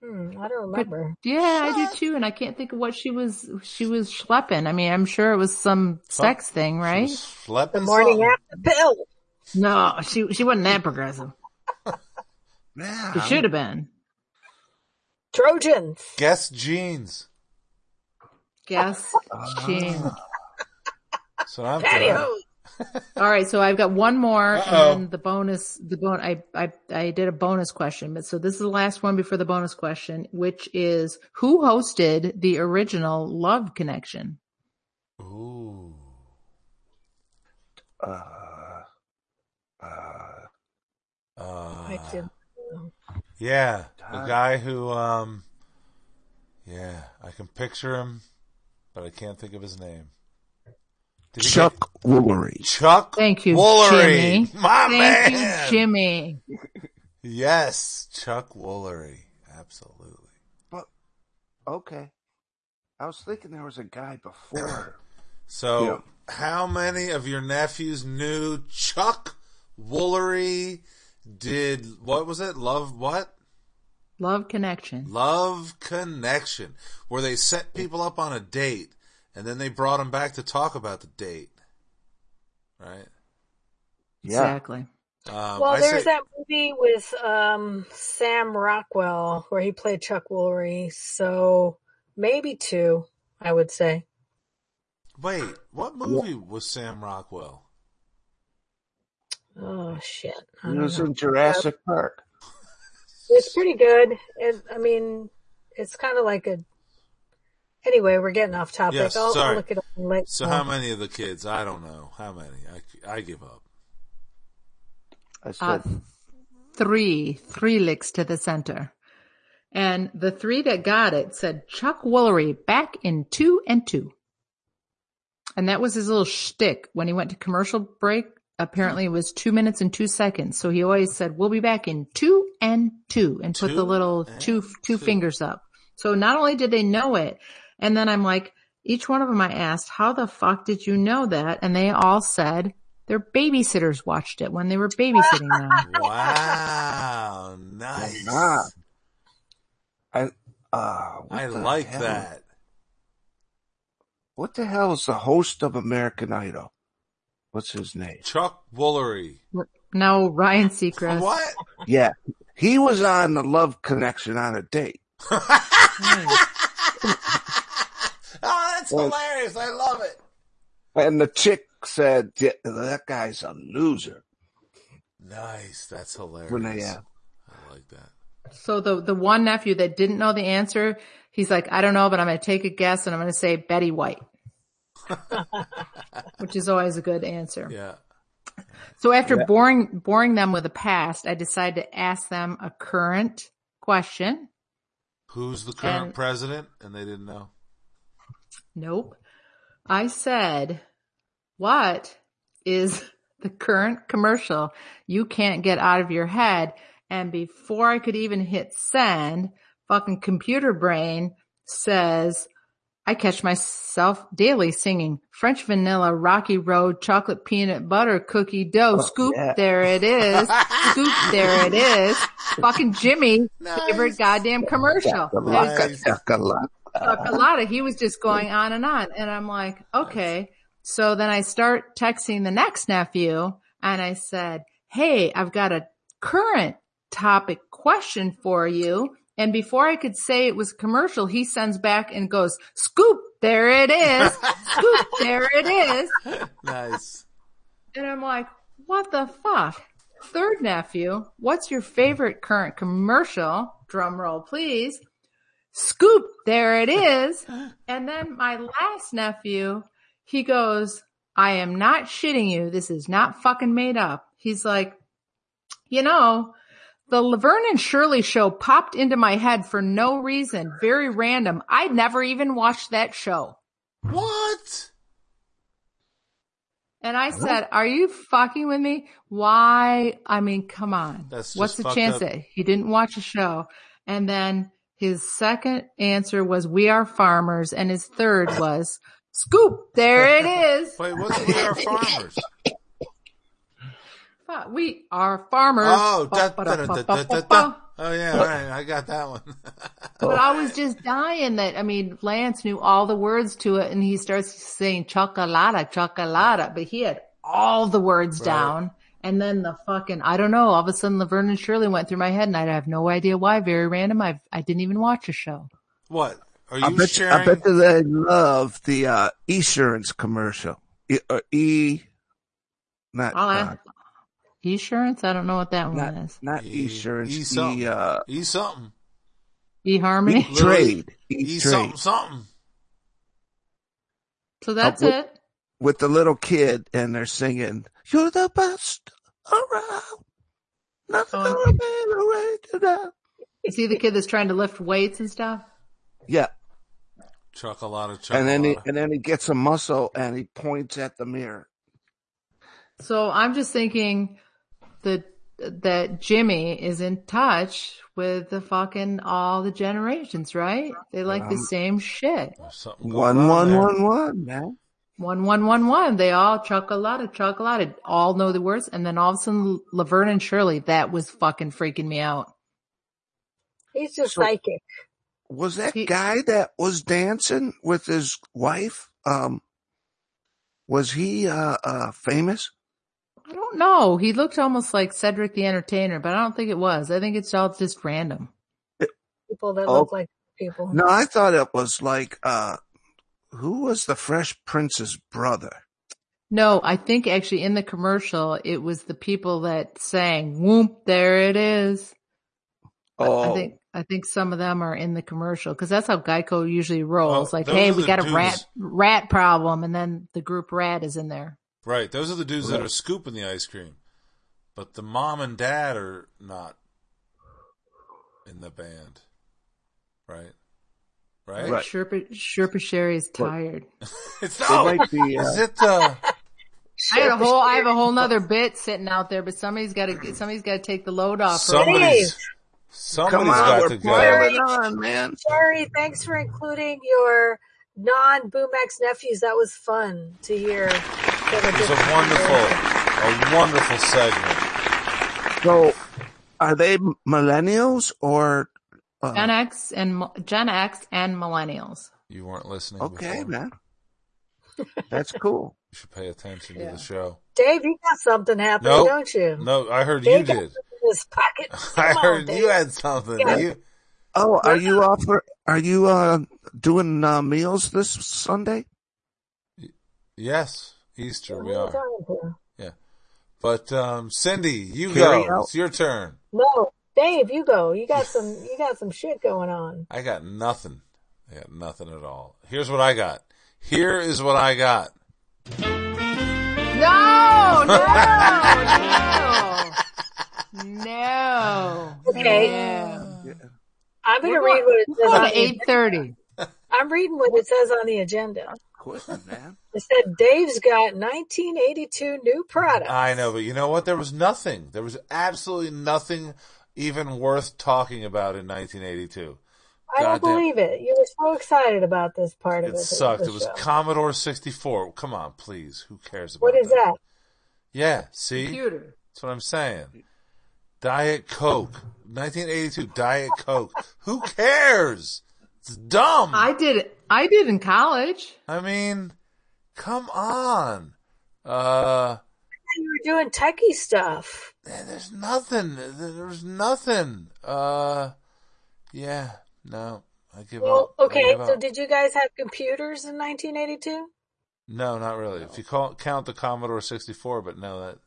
Hmm, I don't
But
remember.
yeah, I do too, and I can't think of what she was. She was schlepping. I mean, I'm sure it was some sex thing,
She
right?
was schlepping
The morning
something.
after pill.
No, she she wasn't that progressive.
Yeah.
She should have been.
Trojans.
Guess jeans.
Guess she.
So I'm
Patio.
All right, so I've got one more,
Uh-oh.
and then the bonus, the bon. I, I I did a bonus question, but so this is the last one before the bonus question, which is who hosted the original Love Connection?
Ooh.
Uh, uh,
Uh, um,
I did.
yeah. The guy who, um, yeah, I can picture him, but I can't think of his name. Did he
Chuck
get-
Woolery.
Chuck
Thank you,
Woolery.
Jimmy.
My man.
Thank you, Jimmy.
Yes, Chuck Woolery. Absolutely.
Okay. I was thinking there was a guy before.
So, how many of your nephews knew Chuck Woolery did, what was it? Love what?
Love Connection.
Love Connection, where they set people up on a date and then they brought them back to talk about the date. Right?
yeah.
Exactly.
Um,
Well,
I
there's
say-
that movie with um, Sam Rockwell where he played Chuck Woolery. So maybe two, I would say.
Wait, what movie was Sam Rockwell?
Oh shit! *coughs* I
He
don't
was
know.
in Jurassic Park.
It's pretty good. It, I mean, it's kind of like a. Anyway, we're getting off topic.
Yes,
I'll,
sorry.
I'll look it up later.
So, how many of the kids? I don't know. How many? I, I give
*laughs*
up.
I said,
Uh, three, three licks to the center. And the three that got it said Chuck Woolery back in two and two. And that was his little shtick when he went to commercial break. Apparently it was two minutes and two seconds. So he always said, we'll be back in two and two and put
Two
the little
and
two, two
two.
fingers up. So not only did they know it, and then I'm like, each one of them I asked, how the fuck did you know that? And they all said their babysitters watched it when they were babysitting them.
Wow, nice.
nah. I, uh, what
I
the
like
hell-
that.
What the hell is the host of American Idol? What's his name?
Chuck Woolery.
No, Ryan Seacrest.
What? *laughs*
Yeah. He was on the Love Connection on a date.
Oh, that's
Well-
hilarious. I love it.
And the chick said, "Yeah, that guy's a loser.
Nice. That's hilarious.
When they, uh,
I like that.
So the the one nephew that didn't know the answer, he's like, I don't know, but I'm going to take a guess and I'm going to say
*laughs*
Betty White, which is always a good answer.
Yeah.
So after boring boring them with the past, I decided to ask them a current question.
Who's the current
And-
president? And they didn't know.
Nope. I said, what is *laughs* the current commercial you can't get out of your head? And before I could even hit send, fucking computer brain says, I catch myself daily singing French vanilla, rocky road, chocolate peanut butter, cookie dough, scoop.
yeah.
There it is. scoop. There it
*laughs*
is. Fucking Jimmy favorite goddamn commercial.
The
There's
laka
Nice.
chaka laka.
a lot of he was just going on and on and i'm like okay so then i start texting the next nephew and i said hey i've got a current topic question for you and before i could say it was commercial he sends back and goes scoop there it is scoop there it is
Nice.
and I'm like, what the fuck? Third nephew, what's your favorite current commercial? Drum roll, please. Scoop, there it is. And then my last nephew, he goes, I am not shitting you. This is not fucking made up. He's like, you know, the Laverne and Shirley show popped into my head for no reason. Very random. I never even watched that show.
*laughs* What?
And I said, "Are you fucking with me? Why? I mean, come on.
That's just
What's the
fucked
chance
up.
that he didn't watch the show?" And then his second answer was, "We are farmers," and his third was, "Scoop, there it
*laughs*
is.
Wait, what's we are farmers?
Fuck, We are farmers."
Oh, da, da, da, da, da, da, da.
Ba-ba-da-ba-ba-ba-ba.
oh yeah, all right, I got that one. *laughs*
Oh.
But I was just dying that, I mean, Lance knew all the words to it and he starts saying chocolata, chocolata, but he had all the words
Right.
down. And then the fucking, I don't know, all of a sudden Laverne and Shirley went through my head and I have no idea why. Very random. I, I didn't even watch the show.
what are you
I bet, you, I
sharing?
bet you they love the uh, insurance commercial. E, uh, e not
I'll
uh,
ask. Insurance? I don't know what that one
not
is.
not
E-
insurance.
E
E,
something.
uh,
Eat something.
E
e
Harmony.
trade. E
Eat something.
trade
Something.
*laughs* So that's
with-
it.
with the little kid, and they're singing "You're the best around." Nothing
Oh.
gonna be the way to that.
You see the kid that's trying to lift weights and stuff?
Yeah,
Chocolata. Chocolata.
and then he and then he gets a muscle and he points at the mirror.
So I'm just thinking that that Jimmy is in touch with the fucking all the generations, right? They like the same shit.
There's something going on
One, one,
there.
one, one, man.
One, one, one, one. They all chocolata, chocolata. All know the words, and then all of a sudden, Laverne and Shirley. That was fucking freaking me out.
He's just
So-
psychic.
Was that
He-
guy that was dancing with his wife? Um, was he uh, uh famous?
I don't know. He looked almost like Cedric the Entertainer, but I don't think it was. I think it's all just random.
People that
Oh.
look like people.
No, I thought it was like uh, who was the Fresh Prince's brother?
No, I think actually in the commercial, it was the people that sang "Whoop, there it is."
Oh.
I think I think some of them are in the commercial because that's how Geico usually rolls.
Oh,
like,
those
hey,
are
we
the
got a
dudes.
rat rat problem, and then the group rat is in there.
Right. Those are the dudes that are scooping the ice cream. But the mom and dad are not in the band. Right? Right?
Right.
Sherpa Sherpa Sherry is tired.
It's
They
no!
might be, uh,
Is it the
I had a whole I have a whole *laughs* nother bit sitting out there, but somebody's got to somebody's got to take the load off. her.
somebody's *laughs* somebody's
Come on,
got
we're
to
piling
go.
Sorry.
on, man.
Sherry, thanks for including your non Boomax nephews. That was fun to hear.
It was a wonderful, a wonderful segment.
So, are they millennials or? Uh,
Gen X and mi- Gen X and millennials.
You weren't listening
okay,
before. *laughs*
man, that's cool.
You should pay attention to the show.
Dave, you got something happening,
Nope.
don't you?
No, I heard you
Dave got
did.
something in his
*laughs*
pocket.
I
Come on,
heard
Dave.
you had something.
Yeah.
You,
Oh, are you offer? Are you uh, doing uh, meals this Sunday?
yes, Easter
Who
we
are you
are.
talking to?
But um, Cindy, you
Carry
go.
out.
It's your turn.
No, Dave, you go. You got some. You got some shit going on.
I got nothing. I got nothing at all. Here's what I got. Here is what I got.
No,
*laughs*
no, no, no.
Okay.
no.
I'm going to
We're
read what it says.
Go to
On the,
eight thirty.
I'm reading what it says on the agenda.
Quitting, man.
It said Dave's got 1982 new products.
I know, but you know what? There was nothing. There was absolutely nothing even worth talking about in 1982.
I don't
Goddamn.
believe it. You were so excited about this part of
It
it.
sucked.
the
It was
show.
Commodore 64. Come on, please. Who cares about
What is that?
Yeah, see?
Computer.
That's what I'm saying. Diet Coke. 1982 Diet Coke. Who cares? It's dumb.
I did it. I did in college.
I mean, come on. Uh,
You were doing techie stuff.
man, there's nothing. There's nothing. Uh, yeah, no, I give
Well,
up. I
okay.
give
So,
up.
did you guys have computers in 1982?
no, not really. If you call, count the Commodore 64, but no, that,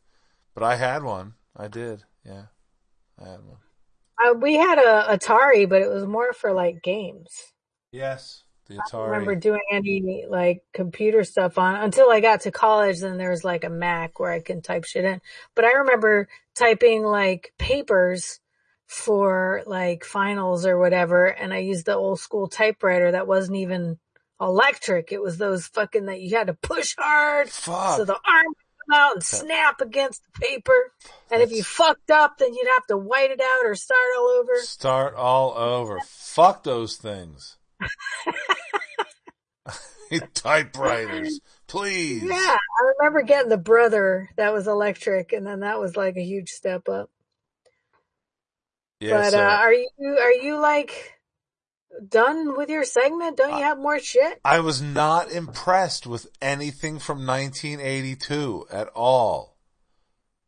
but I had one. I did. Yeah, I had one.
Uh, we had a Atari, but it was more for like games.
Yes, the
I don't remember
Atari.
doing any like computer stuff on until I got to college. Then there was like a Mac where I can type shit in. But I remember typing like papers for like finals or whatever, and I used the old school typewriter that wasn't even electric. It was those fucking that you had to push hard
Fuck.
so the arm would come out and snap against the paper. And if you fucked up, then you'd have to white it out or start all over.
Start all over. Fuck those
*laughs*
things. *laughs* Typewriters, please.
Yeah, I remember getting the brother that was electric, and then that was like a huge step up.
Yeah,
but
so-
uh, are you are you like done with your segment?
Uh,
Don't you have more shit?
I was not impressed with anything from 1982 at all.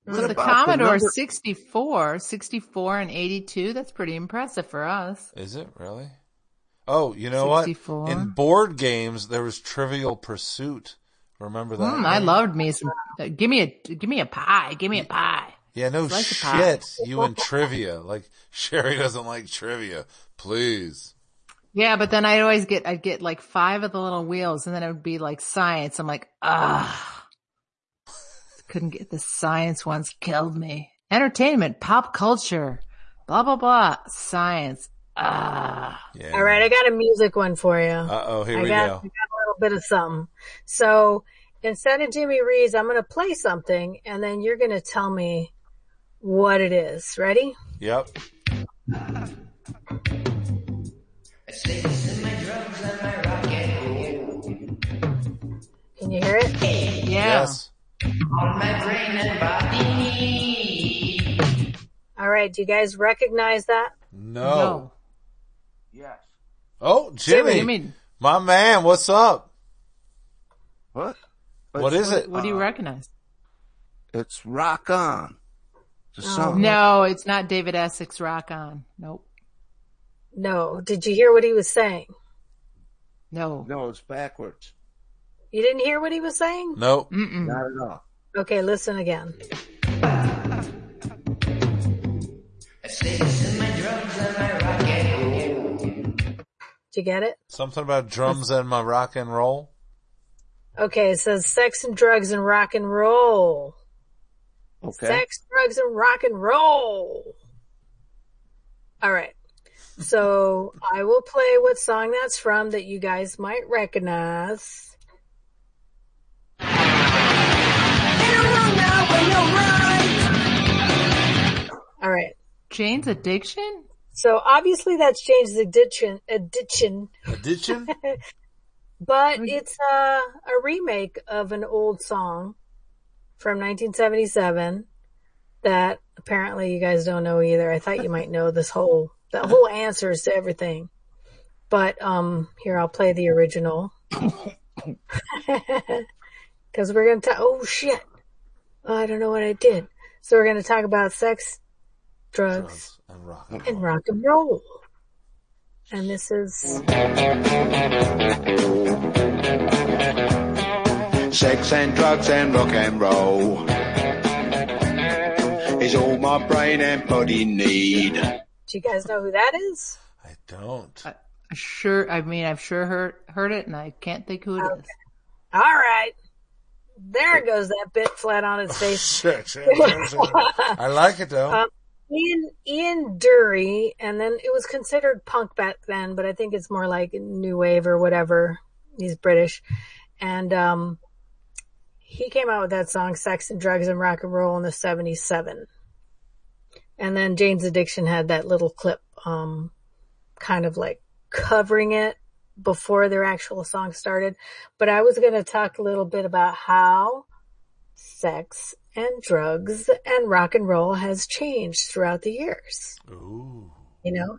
Was the
about the
Commodore
number-
64, 64 and 82? That's pretty impressive for us.
Is it really? Oh, you know what?
64.
In board games, there was Trivial Pursuit. Remember that?
Mm, I
game?
loved me some. uh, give me a, give me a pie. Give me a pie.
Yeah, no
like the pie.
shit. You and trivia. Like *laughs* Sherry doesn't like trivia. Please.
Yeah, but then I'd always get, I'd get like five of the little wheels and then it would be like science. I'm like, ah, couldn't get the science ones killed me. Entertainment, pop culture, blah, blah, blah, science. Ah,
Yeah.
All right, I got a music one for you.
Uh oh, here
I
we
got, I got
go.
a little bit of something. So instead of Jimmy Reed's, I'm going to play something and then you're going to tell me what it is. Ready?
Yep.
Can you hear it?
yeah.
Yes.
All right. Do you guys recognize that?
No.
No.
Yes.
Oh, Jimmy.
Jimmy,
My man, what's up?
What? uh,
What is it?
what do you recognize?
It's Rock On. The song.
Oh, No, it's not David Essex Rock On. Nope.
No. Did you hear what he was saying?
No.
No, it's backwards.
You didn't hear what he was saying?
No.
Mm-mm.
Not at all.
Okay. Listen again. Do you get it?
Something about drums and my rock and roll.
Okay. It says sex and drugs and rock and roll.
Okay.
Sex, drugs, and rock and roll. All right. So *laughs* I will play what song that's from that you guys might recognize. All right.
Jane's Addiction?
So obviously that's Jane's addiction, addiction, *laughs*
Addiction?
but it's a, a remake of an old song from 1977 that apparently you guys don't know either. I thought you might know this whole, the whole answers to everything. But, um, here I'll play the original. *laughs* Cause we're gonna talk, oh shit. I don't know what I did. So we're gonna talk about sex, drugs,
drums and rock and
and rock and roll. And this is
Sex and drugs and rock and roll is all my brain and body need.
Do you guys know who that is?
I don't.
Uh,
I Sure. I mean, I've sure heard, heard it and I can't think who it is.
All right. There goes that bit flat on its face.
*laughs* Sure, sure, sure,
*laughs*
sure. I like it though.
Um, Ian, Ian Dury, and then it was considered punk back then, but I think it's more like new wave or whatever. He's British. And, um, he came out with that song, Sex and Drugs and Rock and Roll in the 77. And then Jane's Addiction had that little clip, um, kind of like covering it before their actual song started. But I was going to talk a little bit about how sex and drugs and rock and roll has changed throughout the years.
Ooh.
You know,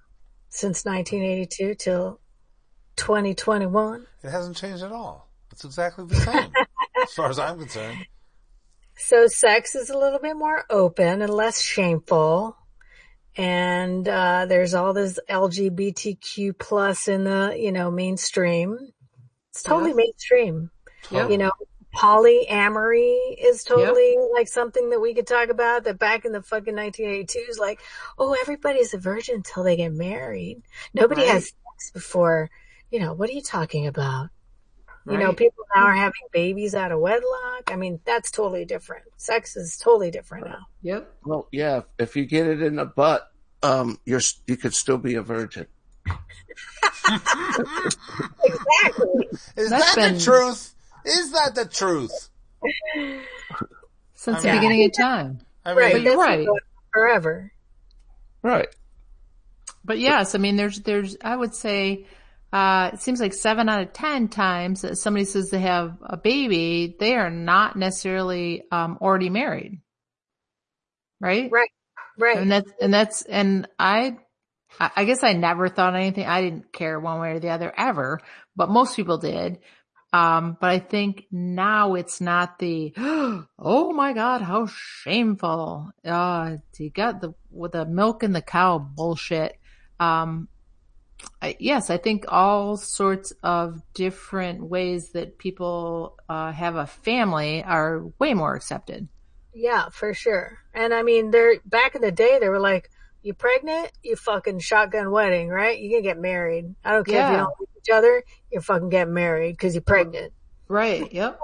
since 1982 till 2021.
It hasn't changed at all. It's exactly the
*laughs*
same. as far as I'm concerned.
So sex is a little bit more open and less shameful. And, uh, there's all this LGBTQ plus in the, you know, mainstream. It's totally mainstream. You know, polyamory is totally like something that we could talk about that back in the fucking 1982s, like, oh, everybody's a virgin until they get married. Nobody has sex before. You know, what are you talking about? You know,
Right.
people now are having babies out of wedlock. I mean, that's totally different. Sex is totally different now.
Yep.
Well, yeah. If you get it in the butt, um, you're s- you could still be a virgin.
*laughs*
Exactly.
Is that
That's been-
the truth? Is that the truth?
since
Yeah.
the beginning of time.
I mean,
Right.
But you're
that's
right.
been going on Forever.
Right.
But yes, I mean, there's, there's, I would say, uh, it seems like seven out of 10 times that somebody says they have a baby, they are not necessarily, um, already married. Right?
Right. Right.
And that's, and that's, and I, I I guess I never thought anything. I didn't care one way or the other ever, but most people did. Um, but I think now it's not the, *gasps* oh my God, how shameful. Uh, you got the, with the milk and the cow bullshit. Um, I, yes, I think all sorts of different ways that people, uh, have a family are way more accepted.
Yeah, for sure. And I mean, they're back in the day, they were like, "You pregnant? You fucking shotgun wedding, right? You gonna get married? I don't care if you
Yeah.
don't like each other. You fucking get married because you're pregnant." *laughs*
Right. Yep.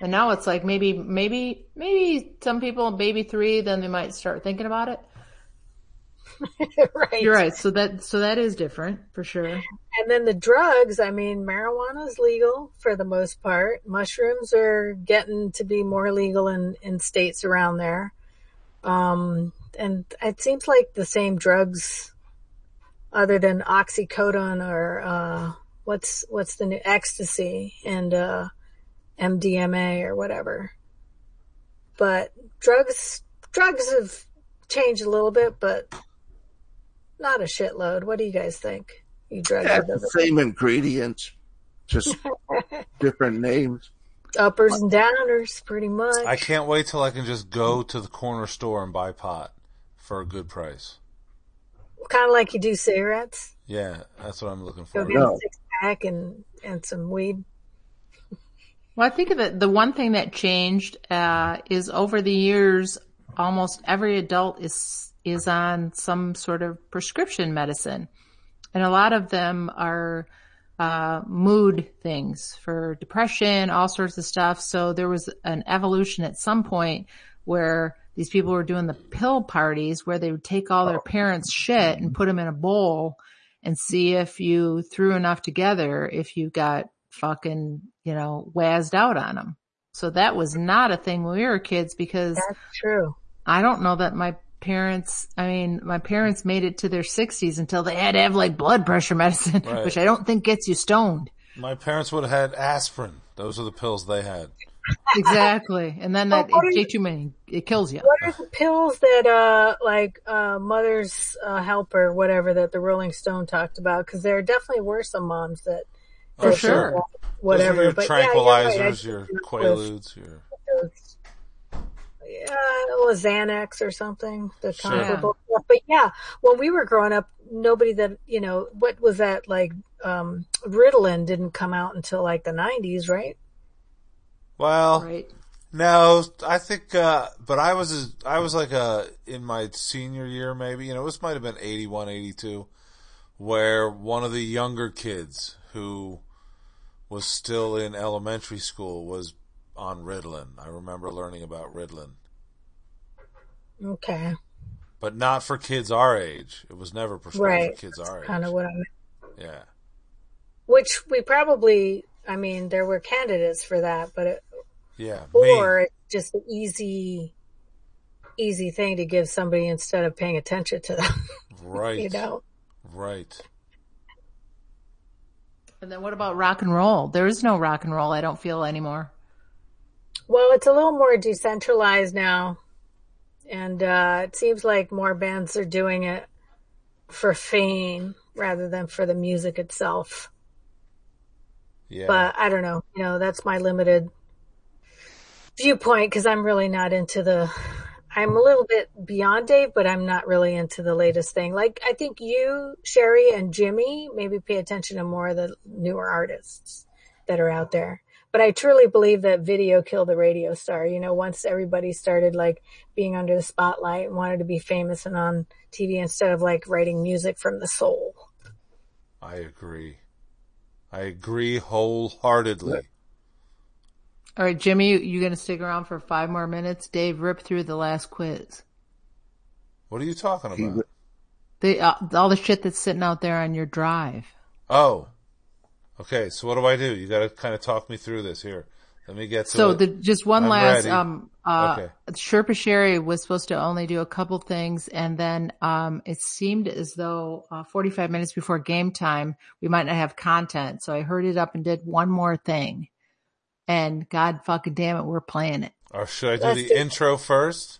and now it's like maybe, maybe, maybe some people baby three, then they might start thinking about it.
right.
You're right. So that, so that is different for sure.
And then the drugs. I mean, marijuana is legal for the most part. Mushrooms are getting to be more legal in in states around there. Um, and it seems like the same drugs, other than oxycodone or uh, what's what's the new ecstasy and uh, MDMA or whatever. But drugs drugs have changed a little bit, but not a shitload. What do you guys think? You drug
Yeah,
lovers?
same ingredients,
*laughs*
just different names.
uppers and downers, pretty much.
I can't wait till I can just go to the corner store and buy pot for a good price.
Kind of like you do cigarettes.
Yeah, that's what I'm looking
Go
for.
get
No.
a six pack and and some weed.
Well, I think that the one thing that changed uh, is over the years, almost every adult is is on some sort of prescription medicine, and a lot of them are uh, mood things for depression, all sorts of stuff. So there was an evolution at some point where these people were doing the pill parties where they would take all their parents' shit and put them in a bowl and see if you threw enough together if you got fucking, you know, wazzed out on them. So that was not a thing when we were kids because
That's true.
I don't know that my parents, I mean, my parents made it to their sixties until they had to have like blood pressure medicine,
Right.
which I don't think gets you stoned.
My parents would have had aspirin. Those are the pills they had.
Exactly. And then
*laughs*
that,
what
it
is-
takes too many, it kills you.
What are the pills that uh like uh mother's uh, helper, whatever that the Rolling Stone talked about? Because there definitely were some moms that
For
that-
Oh, sure.
whatever.
Those are your
but
tranquilizers,
yeah,
your
you're right. I-
Quaaludes, your
those, uh, well, Xanax or something, the
Sure.
comparable. stuff. But yeah, when we were growing up, nobody that you know what was that like? Um, Ritalin didn't come out until like the '90s, right?
well,
Right.
No, I think, uh, but I was, as- I was like, uh, in my senior year, maybe, you know, this might have been 81, 82, where one of the younger kids who was still in elementary school was on Ritalin. I remember learning about Ritalin,
Okay,
but not for kids our age. It was never prescribed
right.
for kids our
Kind
age.
of what I meant.
yeah.
Which we probably, I mean, there were candidates for that, but it,
Yeah.
or
me.
it's just an easy, easy thing to give somebody instead of paying attention to them. *laughs*
Right.
You know,
Right.
And then what about rock and roll? There is no rock and roll. I don't feel anymore.
Well, it's a little more decentralized now, and uh, it seems like more bands are doing it for fame rather than for the music itself.
Yeah.
But I don't know. You know, that's my limited viewpoint because I'm really not into the. I'm a little bit beyond Dave, but I'm not really into the latest thing. Like I think you, Sherry, and Jimmy maybe pay attention to more of the newer artists that are out there. But I truly believe that video killed the radio star. You know, once everybody started like being under the spotlight and wanted to be famous and on TV instead of like writing music from the soul.
I agree. I agree wholeheartedly.
All right, Jimmy, you, you going to stick around for five more minutes? Dave, rip through the last quiz.
What are you talking
He,
about?
The uh, all the shit that's sitting out there on your drive.
Oh. Okay, so what do I do? You gotta kinda talk me through this here. Let me get to
So
it.
the, just one
I'm
last,
ready.
um, uh,
Okay.
Sherpa Sherry was supposed to only do a couple things and then, um, it seemed as though, uh, 45 minutes before game time, we might not have content. So I hurried up and did one more thing and God fucking damn it, we're playing it.
or should I do
Let's
the
do it.
intro first?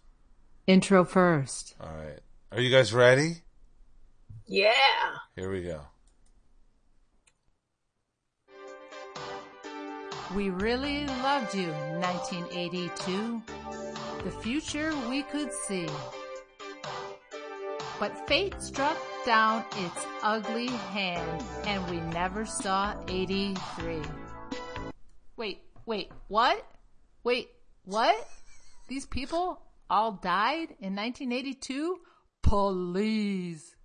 Intro first.
Alright. Are you guys ready?
Yeah.
Here we go.
We really loved you, 1982. The future we could see. But fate struck down its ugly hand and we never saw 83. Wait, wait, what? Wait, what? These people all died in 1982? Please.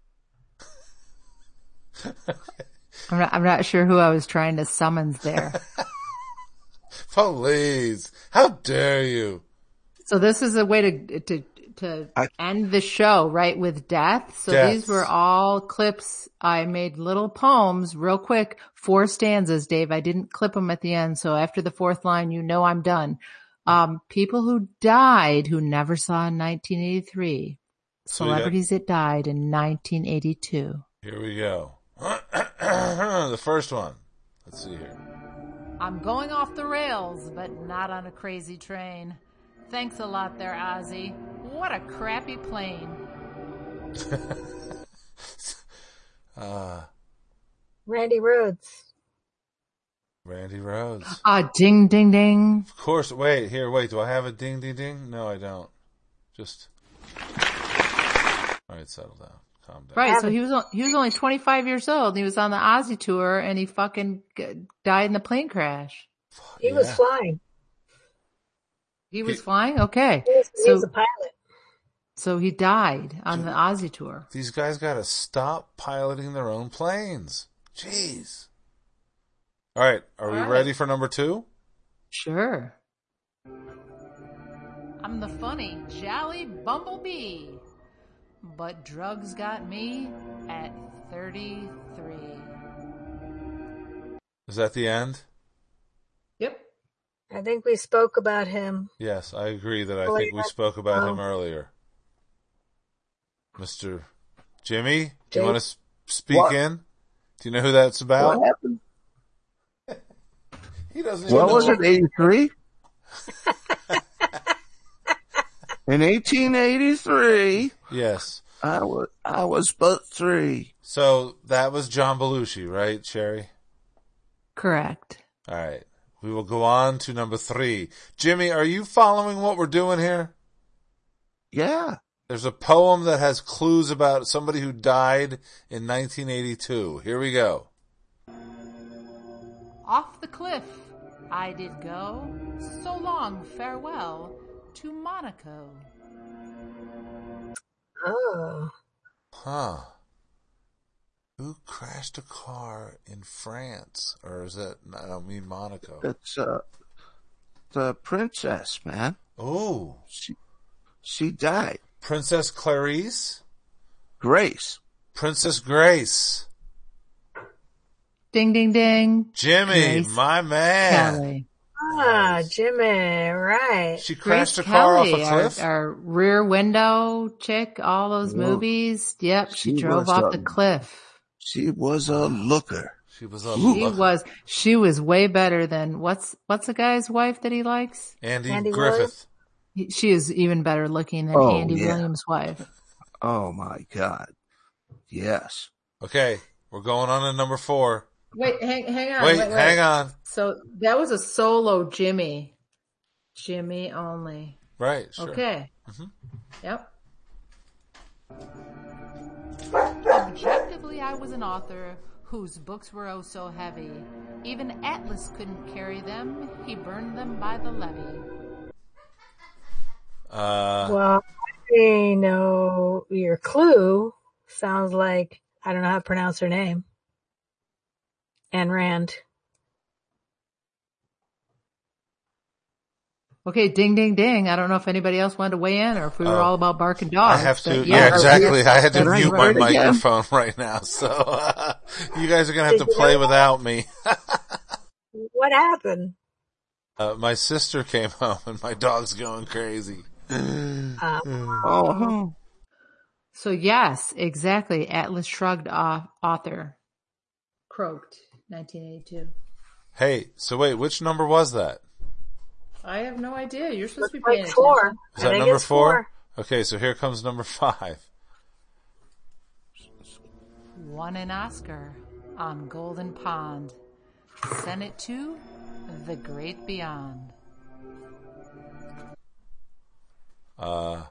*laughs* I'm not, I'm not sure who I was trying to summons there.
Police. How dare you?
So this is a way to to to
I-
end the show right with death. So
Deaths.
these were all clips. I made little poems real quick, four stanzas, Dave. I didn't clip them at the end, so after the fourth line, you know I'm done. Um, people who died who never saw in 1983,
So we got-
celebrities that died in 1982.
Here we go. *clears throat* the first one. Let's see here.
I'm going off the rails, but not on a crazy train. Thanks a lot there, Ozzy. What a crappy plane.
Uh,
Randy Rhodes.
Randy
*gasps*
Rhodes.
Ah, ding, ding, ding.
Of course. Wait, here, wait. Do I have a ding ding ding? No, I don't.
*laughs*
Just. All right, settle down. Calm down.
Right. So he was, on- he was only 25 years old. and He was on the Ozzy tour and he fucking g- died in the plane crash.
He was
Yeah.
flying.
He was flying. Okay.
He was, he
So,
was a pilot.
so he died on the Ozzy tour.
These guys got to stop piloting their own planes. Jeez. All right. Are we
All right.
ready for number two?
Sure. I'm the funny, jolly bumblebee. But drugs got me at 33.
Is that the end?
Yep.
I think we spoke about him.
Yes, I agree that I
Well,
think we
yeah.
spoke about him
Um,
earlier. Mr. Jimmy, do you
Jim-
want to speak
What?
in? Do you know who that's about?
What happened?
*laughs* He doesn't even
What
know.
was it? Eighty *laughs* three. In 1883,
Yes.
I was I was but three.
So that was John Belushi, right, Sherry?
Correct.
All right. We will go on to number three. Jimmy, are you following what we're doing here?
Yeah,
There's a poem that has clues about somebody who died in 1982. Here we go.
Off the cliff I did go. So long, farewell to Monaco.
Oh,
Huh. Who crashed a car in France? Or is that, I don't mean Monaco.
it's uh, the princess, man.
Oh,
She she died.
Princess Clarice?
Grace.
Princess Grace.
Ding, ding, ding.
Jimmy,
Grace
my man.
Kelly.
ah, Jimmy, right?
She
Grace
crashed a car
Kelly,
off a cliff.
Our, our rear window chick, all those
Yeah.
movies. Yep, she,
She
drove
was
off
a-
the cliff.
She was a looker.
She was on
Ooh.
She
Luck.
was she was way better than what's what's the guy's wife that he likes?
Andy,
Andy
Griffith.
He- She is even better looking than
Oh,
Andy
yeah.
Williams' wife.
Oh my God. Yes.
Okay, we're going on to number four.
Wait, hang hang on.
Wait, hang on.
So that was a solo Jimmy. Jimmy only.
Right, sure. Mm-hmm.
Okay. Yep. Objectively, I was an author whose books were oh so heavy. Even Atlas couldn't carry them. He burned them by the levee.
Uh,
Well, I know your clue sounds like I don't know how to pronounce her name. Anne Rand.
Okay, ding, ding, ding. I don't know if anybody else wanted to weigh in or if we were all about barking
Oh. I
dogs.
have
but
to, yeah, exactly. I had to
Can I
mute my
write again?
microphone *laughs* right now, so uh, you guys are gonna have to
Did you
play
know that?
without me.
What happened?
Uh, my sister came *laughs* home and my dog's going crazy.
Uh,
Oh,
So yes, exactly. Atlas shrugged off author. Croaked, 1982.
Hey, so wait, which number was that?
I have no idea. You're supposed to be paying
like four.
Is
I
that
think
number
it's
four? Okay, so here comes number five.
attention. Won an Oscar on Golden Pond. Sent it to the great beyond.
Uh,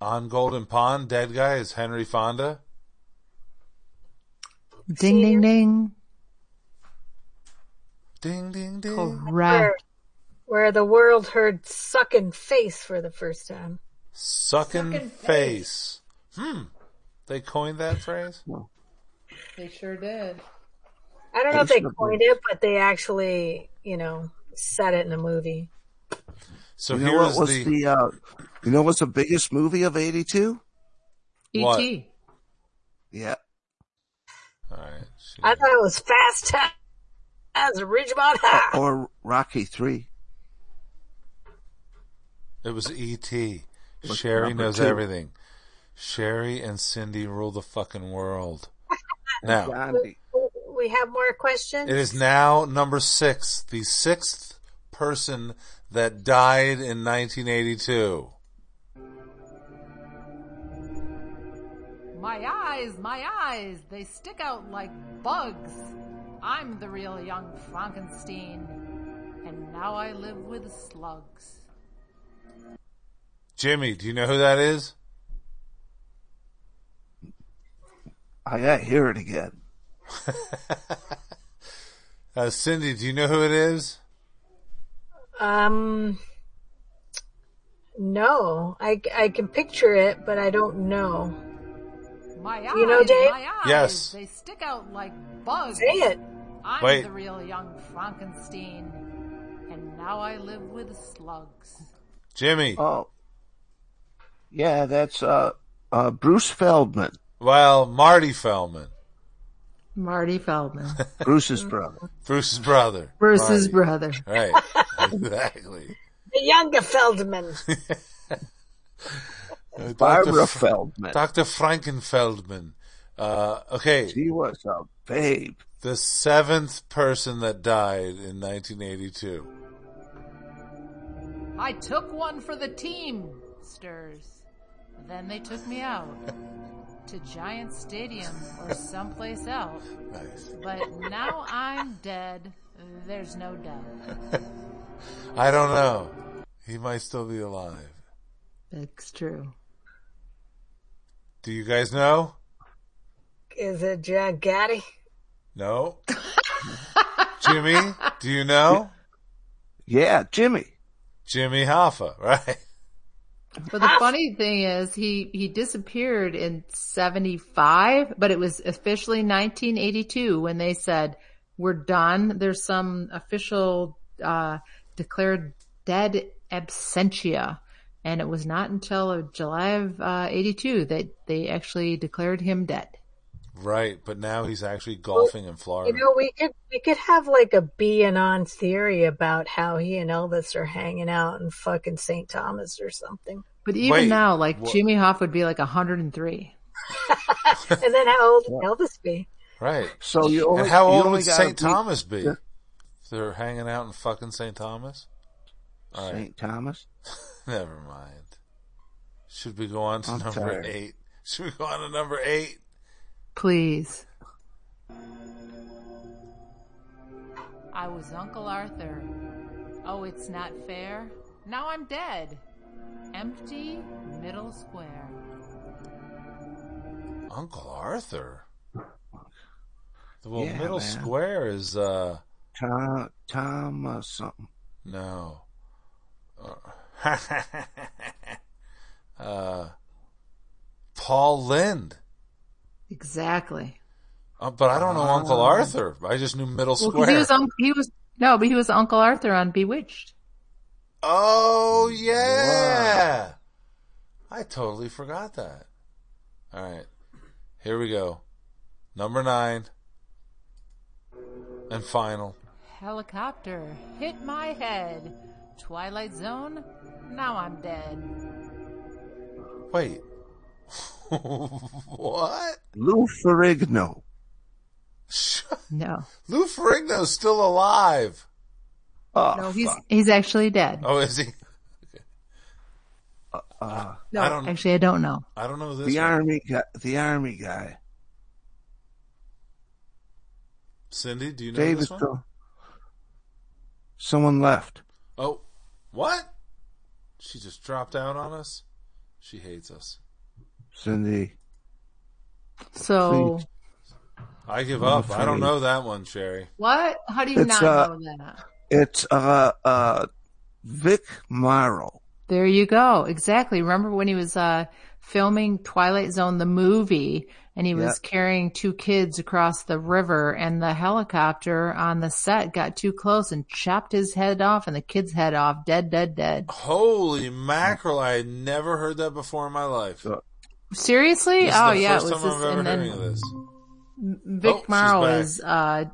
on Golden Pond, dead guy is Henry Fonda.
Ding, ding, ding.
Ding, ding, ding.
Where,
Correct.
where the world heard sucking face for the first time.
Sucking,
Sucking
face. Hmm. They coined that phrase?
They sure did.
I don't know if they coined it, but they actually, you know, said it in a movie.
So
you know
here's
what was
the,
the, uh, you know what's the biggest movie of '82?
What?
E.T.
Yeah,
Alright. she-
I thought it was Fast Times at Ridgemont High.
or Rocky Three.
It was E.T. Sherry
number
knows
two.
everything. Sherry and Cindy rule the fucking world. Now,
Gandhi.
We have more questions.
It is now number six, the sixth person that died in 1982.
My eyes, my eyes, they stick out like bugs. I'm the real young Frankenstein, and now I live with slugs.
Jimmy, do you know who that is?
Oh, I gotta hear it again.
Uh, Cindy, do you know who it is?
Um, no, I, I can picture it, but I don't know.
My eyes,
You know, Dave?
my eyes,
Yes.
they stick out like bugs.
Say it.
I'm
Wait.
the real young Frankenstein, and now I live with slugs.
Jimmy.
Oh, yeah, that's uh, uh, Bruce Feldman,
Well, Marty Feldman, *laughs*
Marty Feldman,
Bruce's brother.
Bruce's brother. Marty.
Bruce's brother.
*laughs*
Right. exactly.
The younger Feldman.
Uh, Dr.
Barbara
F-
Feldman.
Dr. Frankenfeldman. Uh, okay.
She was a babe.
The seventh person that died in 1982.
I took one for the team, stirs. Then they took me out
*laughs*
to Giant Stadium or someplace else.
Nice.
But now I'm dead. There's no doubt.
I don't know. He might still be alive.
That's true.
Do you guys know?
Is it John Gotti?
No.
*laughs*
Jimmy, do you know?
Yeah, Jimmy.
Jimmy Hoffa, *laughs* right?
But the funny thing is, he he disappeared in '75, but it was officially 1982 when they said we're done. There's some official uh, declared dead absentia, and it was not until uh, July of uh, '82 that they actually declared him dead.
Right, but now he's actually golfing in Florida.
You know, we could we could have like a B and on theory about how he and Elvis are hanging out in fucking St. Thomas or something.
But even
Wait,
now, like
what-
Jimmy Hoff would be like 103.
And then how old would Elvis be?
right.
So you only
and how
you
old
only
would
gotta
St.
be-
Thomas be?
Yeah.
If they're hanging out in fucking St. Thomas? All right,
St. Thomas.
never mind. Should we go on to
I'm
number
tired.
eight? Should we go on to number eight?
Please. I was Uncle Arthur. Oh, it's not fair. Now I'm dead. Empty middle square.
Uncle Arthur? Well,
Yeah,
Middle
man.
Square is, uh,
Tom, Tom, uh, something.
No. Uh, *laughs* uh, Paul Lind.
Exactly.
Uh, but I don't know Uncle Arthur. I just knew Middle
Well, 'cause
Square.
he was, un- he was, no, but he was Uncle Arthur on Bewitched.
Oh yeah. I totally forgot that. All right. Here we go. Number 9 and final.
Helicopter hit my head. Twilight Zone. Now I'm dead.
Wait. *laughs* what? *laughs*
Lou Ferrigno.
No,
Lou Ferrigno's still alive.
Oh,
no, he's
fuck.
he's actually dead.
Oh, is he?
Uh,
I don't.
Actually, I don't know.
I don't know this.
the
one.
army guy. The army guy.
Cindy, do you know
David.
this one?
Thor- Someone left.
Oh, what? She just dropped out on us. She hates us.
Cindy.
So
Please.
I give up. I don't
afraid.
know that one, Sherry.
what? How do you
It's,
not
uh,
know that?
It's uh uh Vic Morrow.
There you go. Exactly. Remember when he was uh filming Twilight Zone the movie and he was carrying two kids across the river and the helicopter on the set got too close and chopped his head off and the kid's head off. Dead, dead, dead.
Holy mackerel! I had never heard that before in my life.
Uh,
Seriously?
This is
oh
the
yeah, it
first
was
time
this
I've ever
and
hearing of
then
this.
Vic
Oh, she's
Morrow
back.
is uh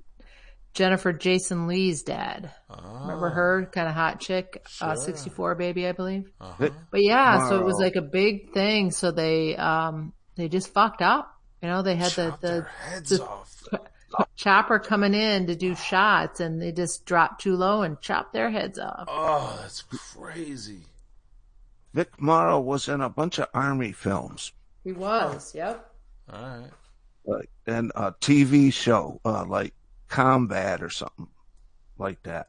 Jennifer Jason Lee's dad.
Oh,
Remember her? Kind of hot chick, uh, 64 baby, I believe.
Uh-huh.
Vic-
But yeah, so it was
Wow.
like a big thing. So they, um, they just fucked up. You know, they had the,
Chopped their
the
heads
the-
off.
chopper coming in to do shots and they just dropped too low and chopped their heads off.
Oh, that's crazy.
Vic Morrow was in a bunch of army films,
He was. Yep.
All right.
like uh, and a TV show, uh, like Combat or something like that.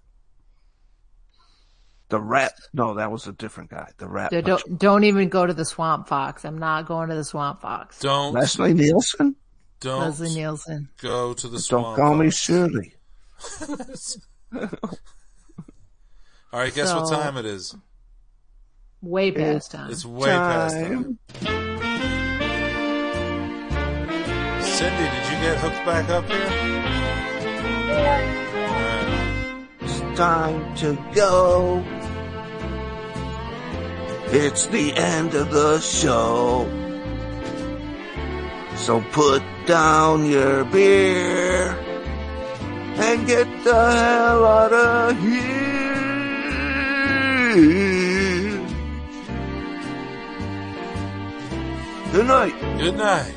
The Rat. No, that was a different guy. The Rat.
So
Patrol.
don't, don't even go to the swamp fox. I'm not going to the swamp fox.
Don't
Leslie Nielsen.
don't
Leslie Nielsen.
go to the
Don't
swamp.
call me
Fox.
Shirley.
All right, guess what
So-
time it is?
Way past time.
It's way past time. Cindy, did you get hooked back up here?
It's time to go. It's the end of the show. So put down your beer and get the hell out of here. Good night.
Good night.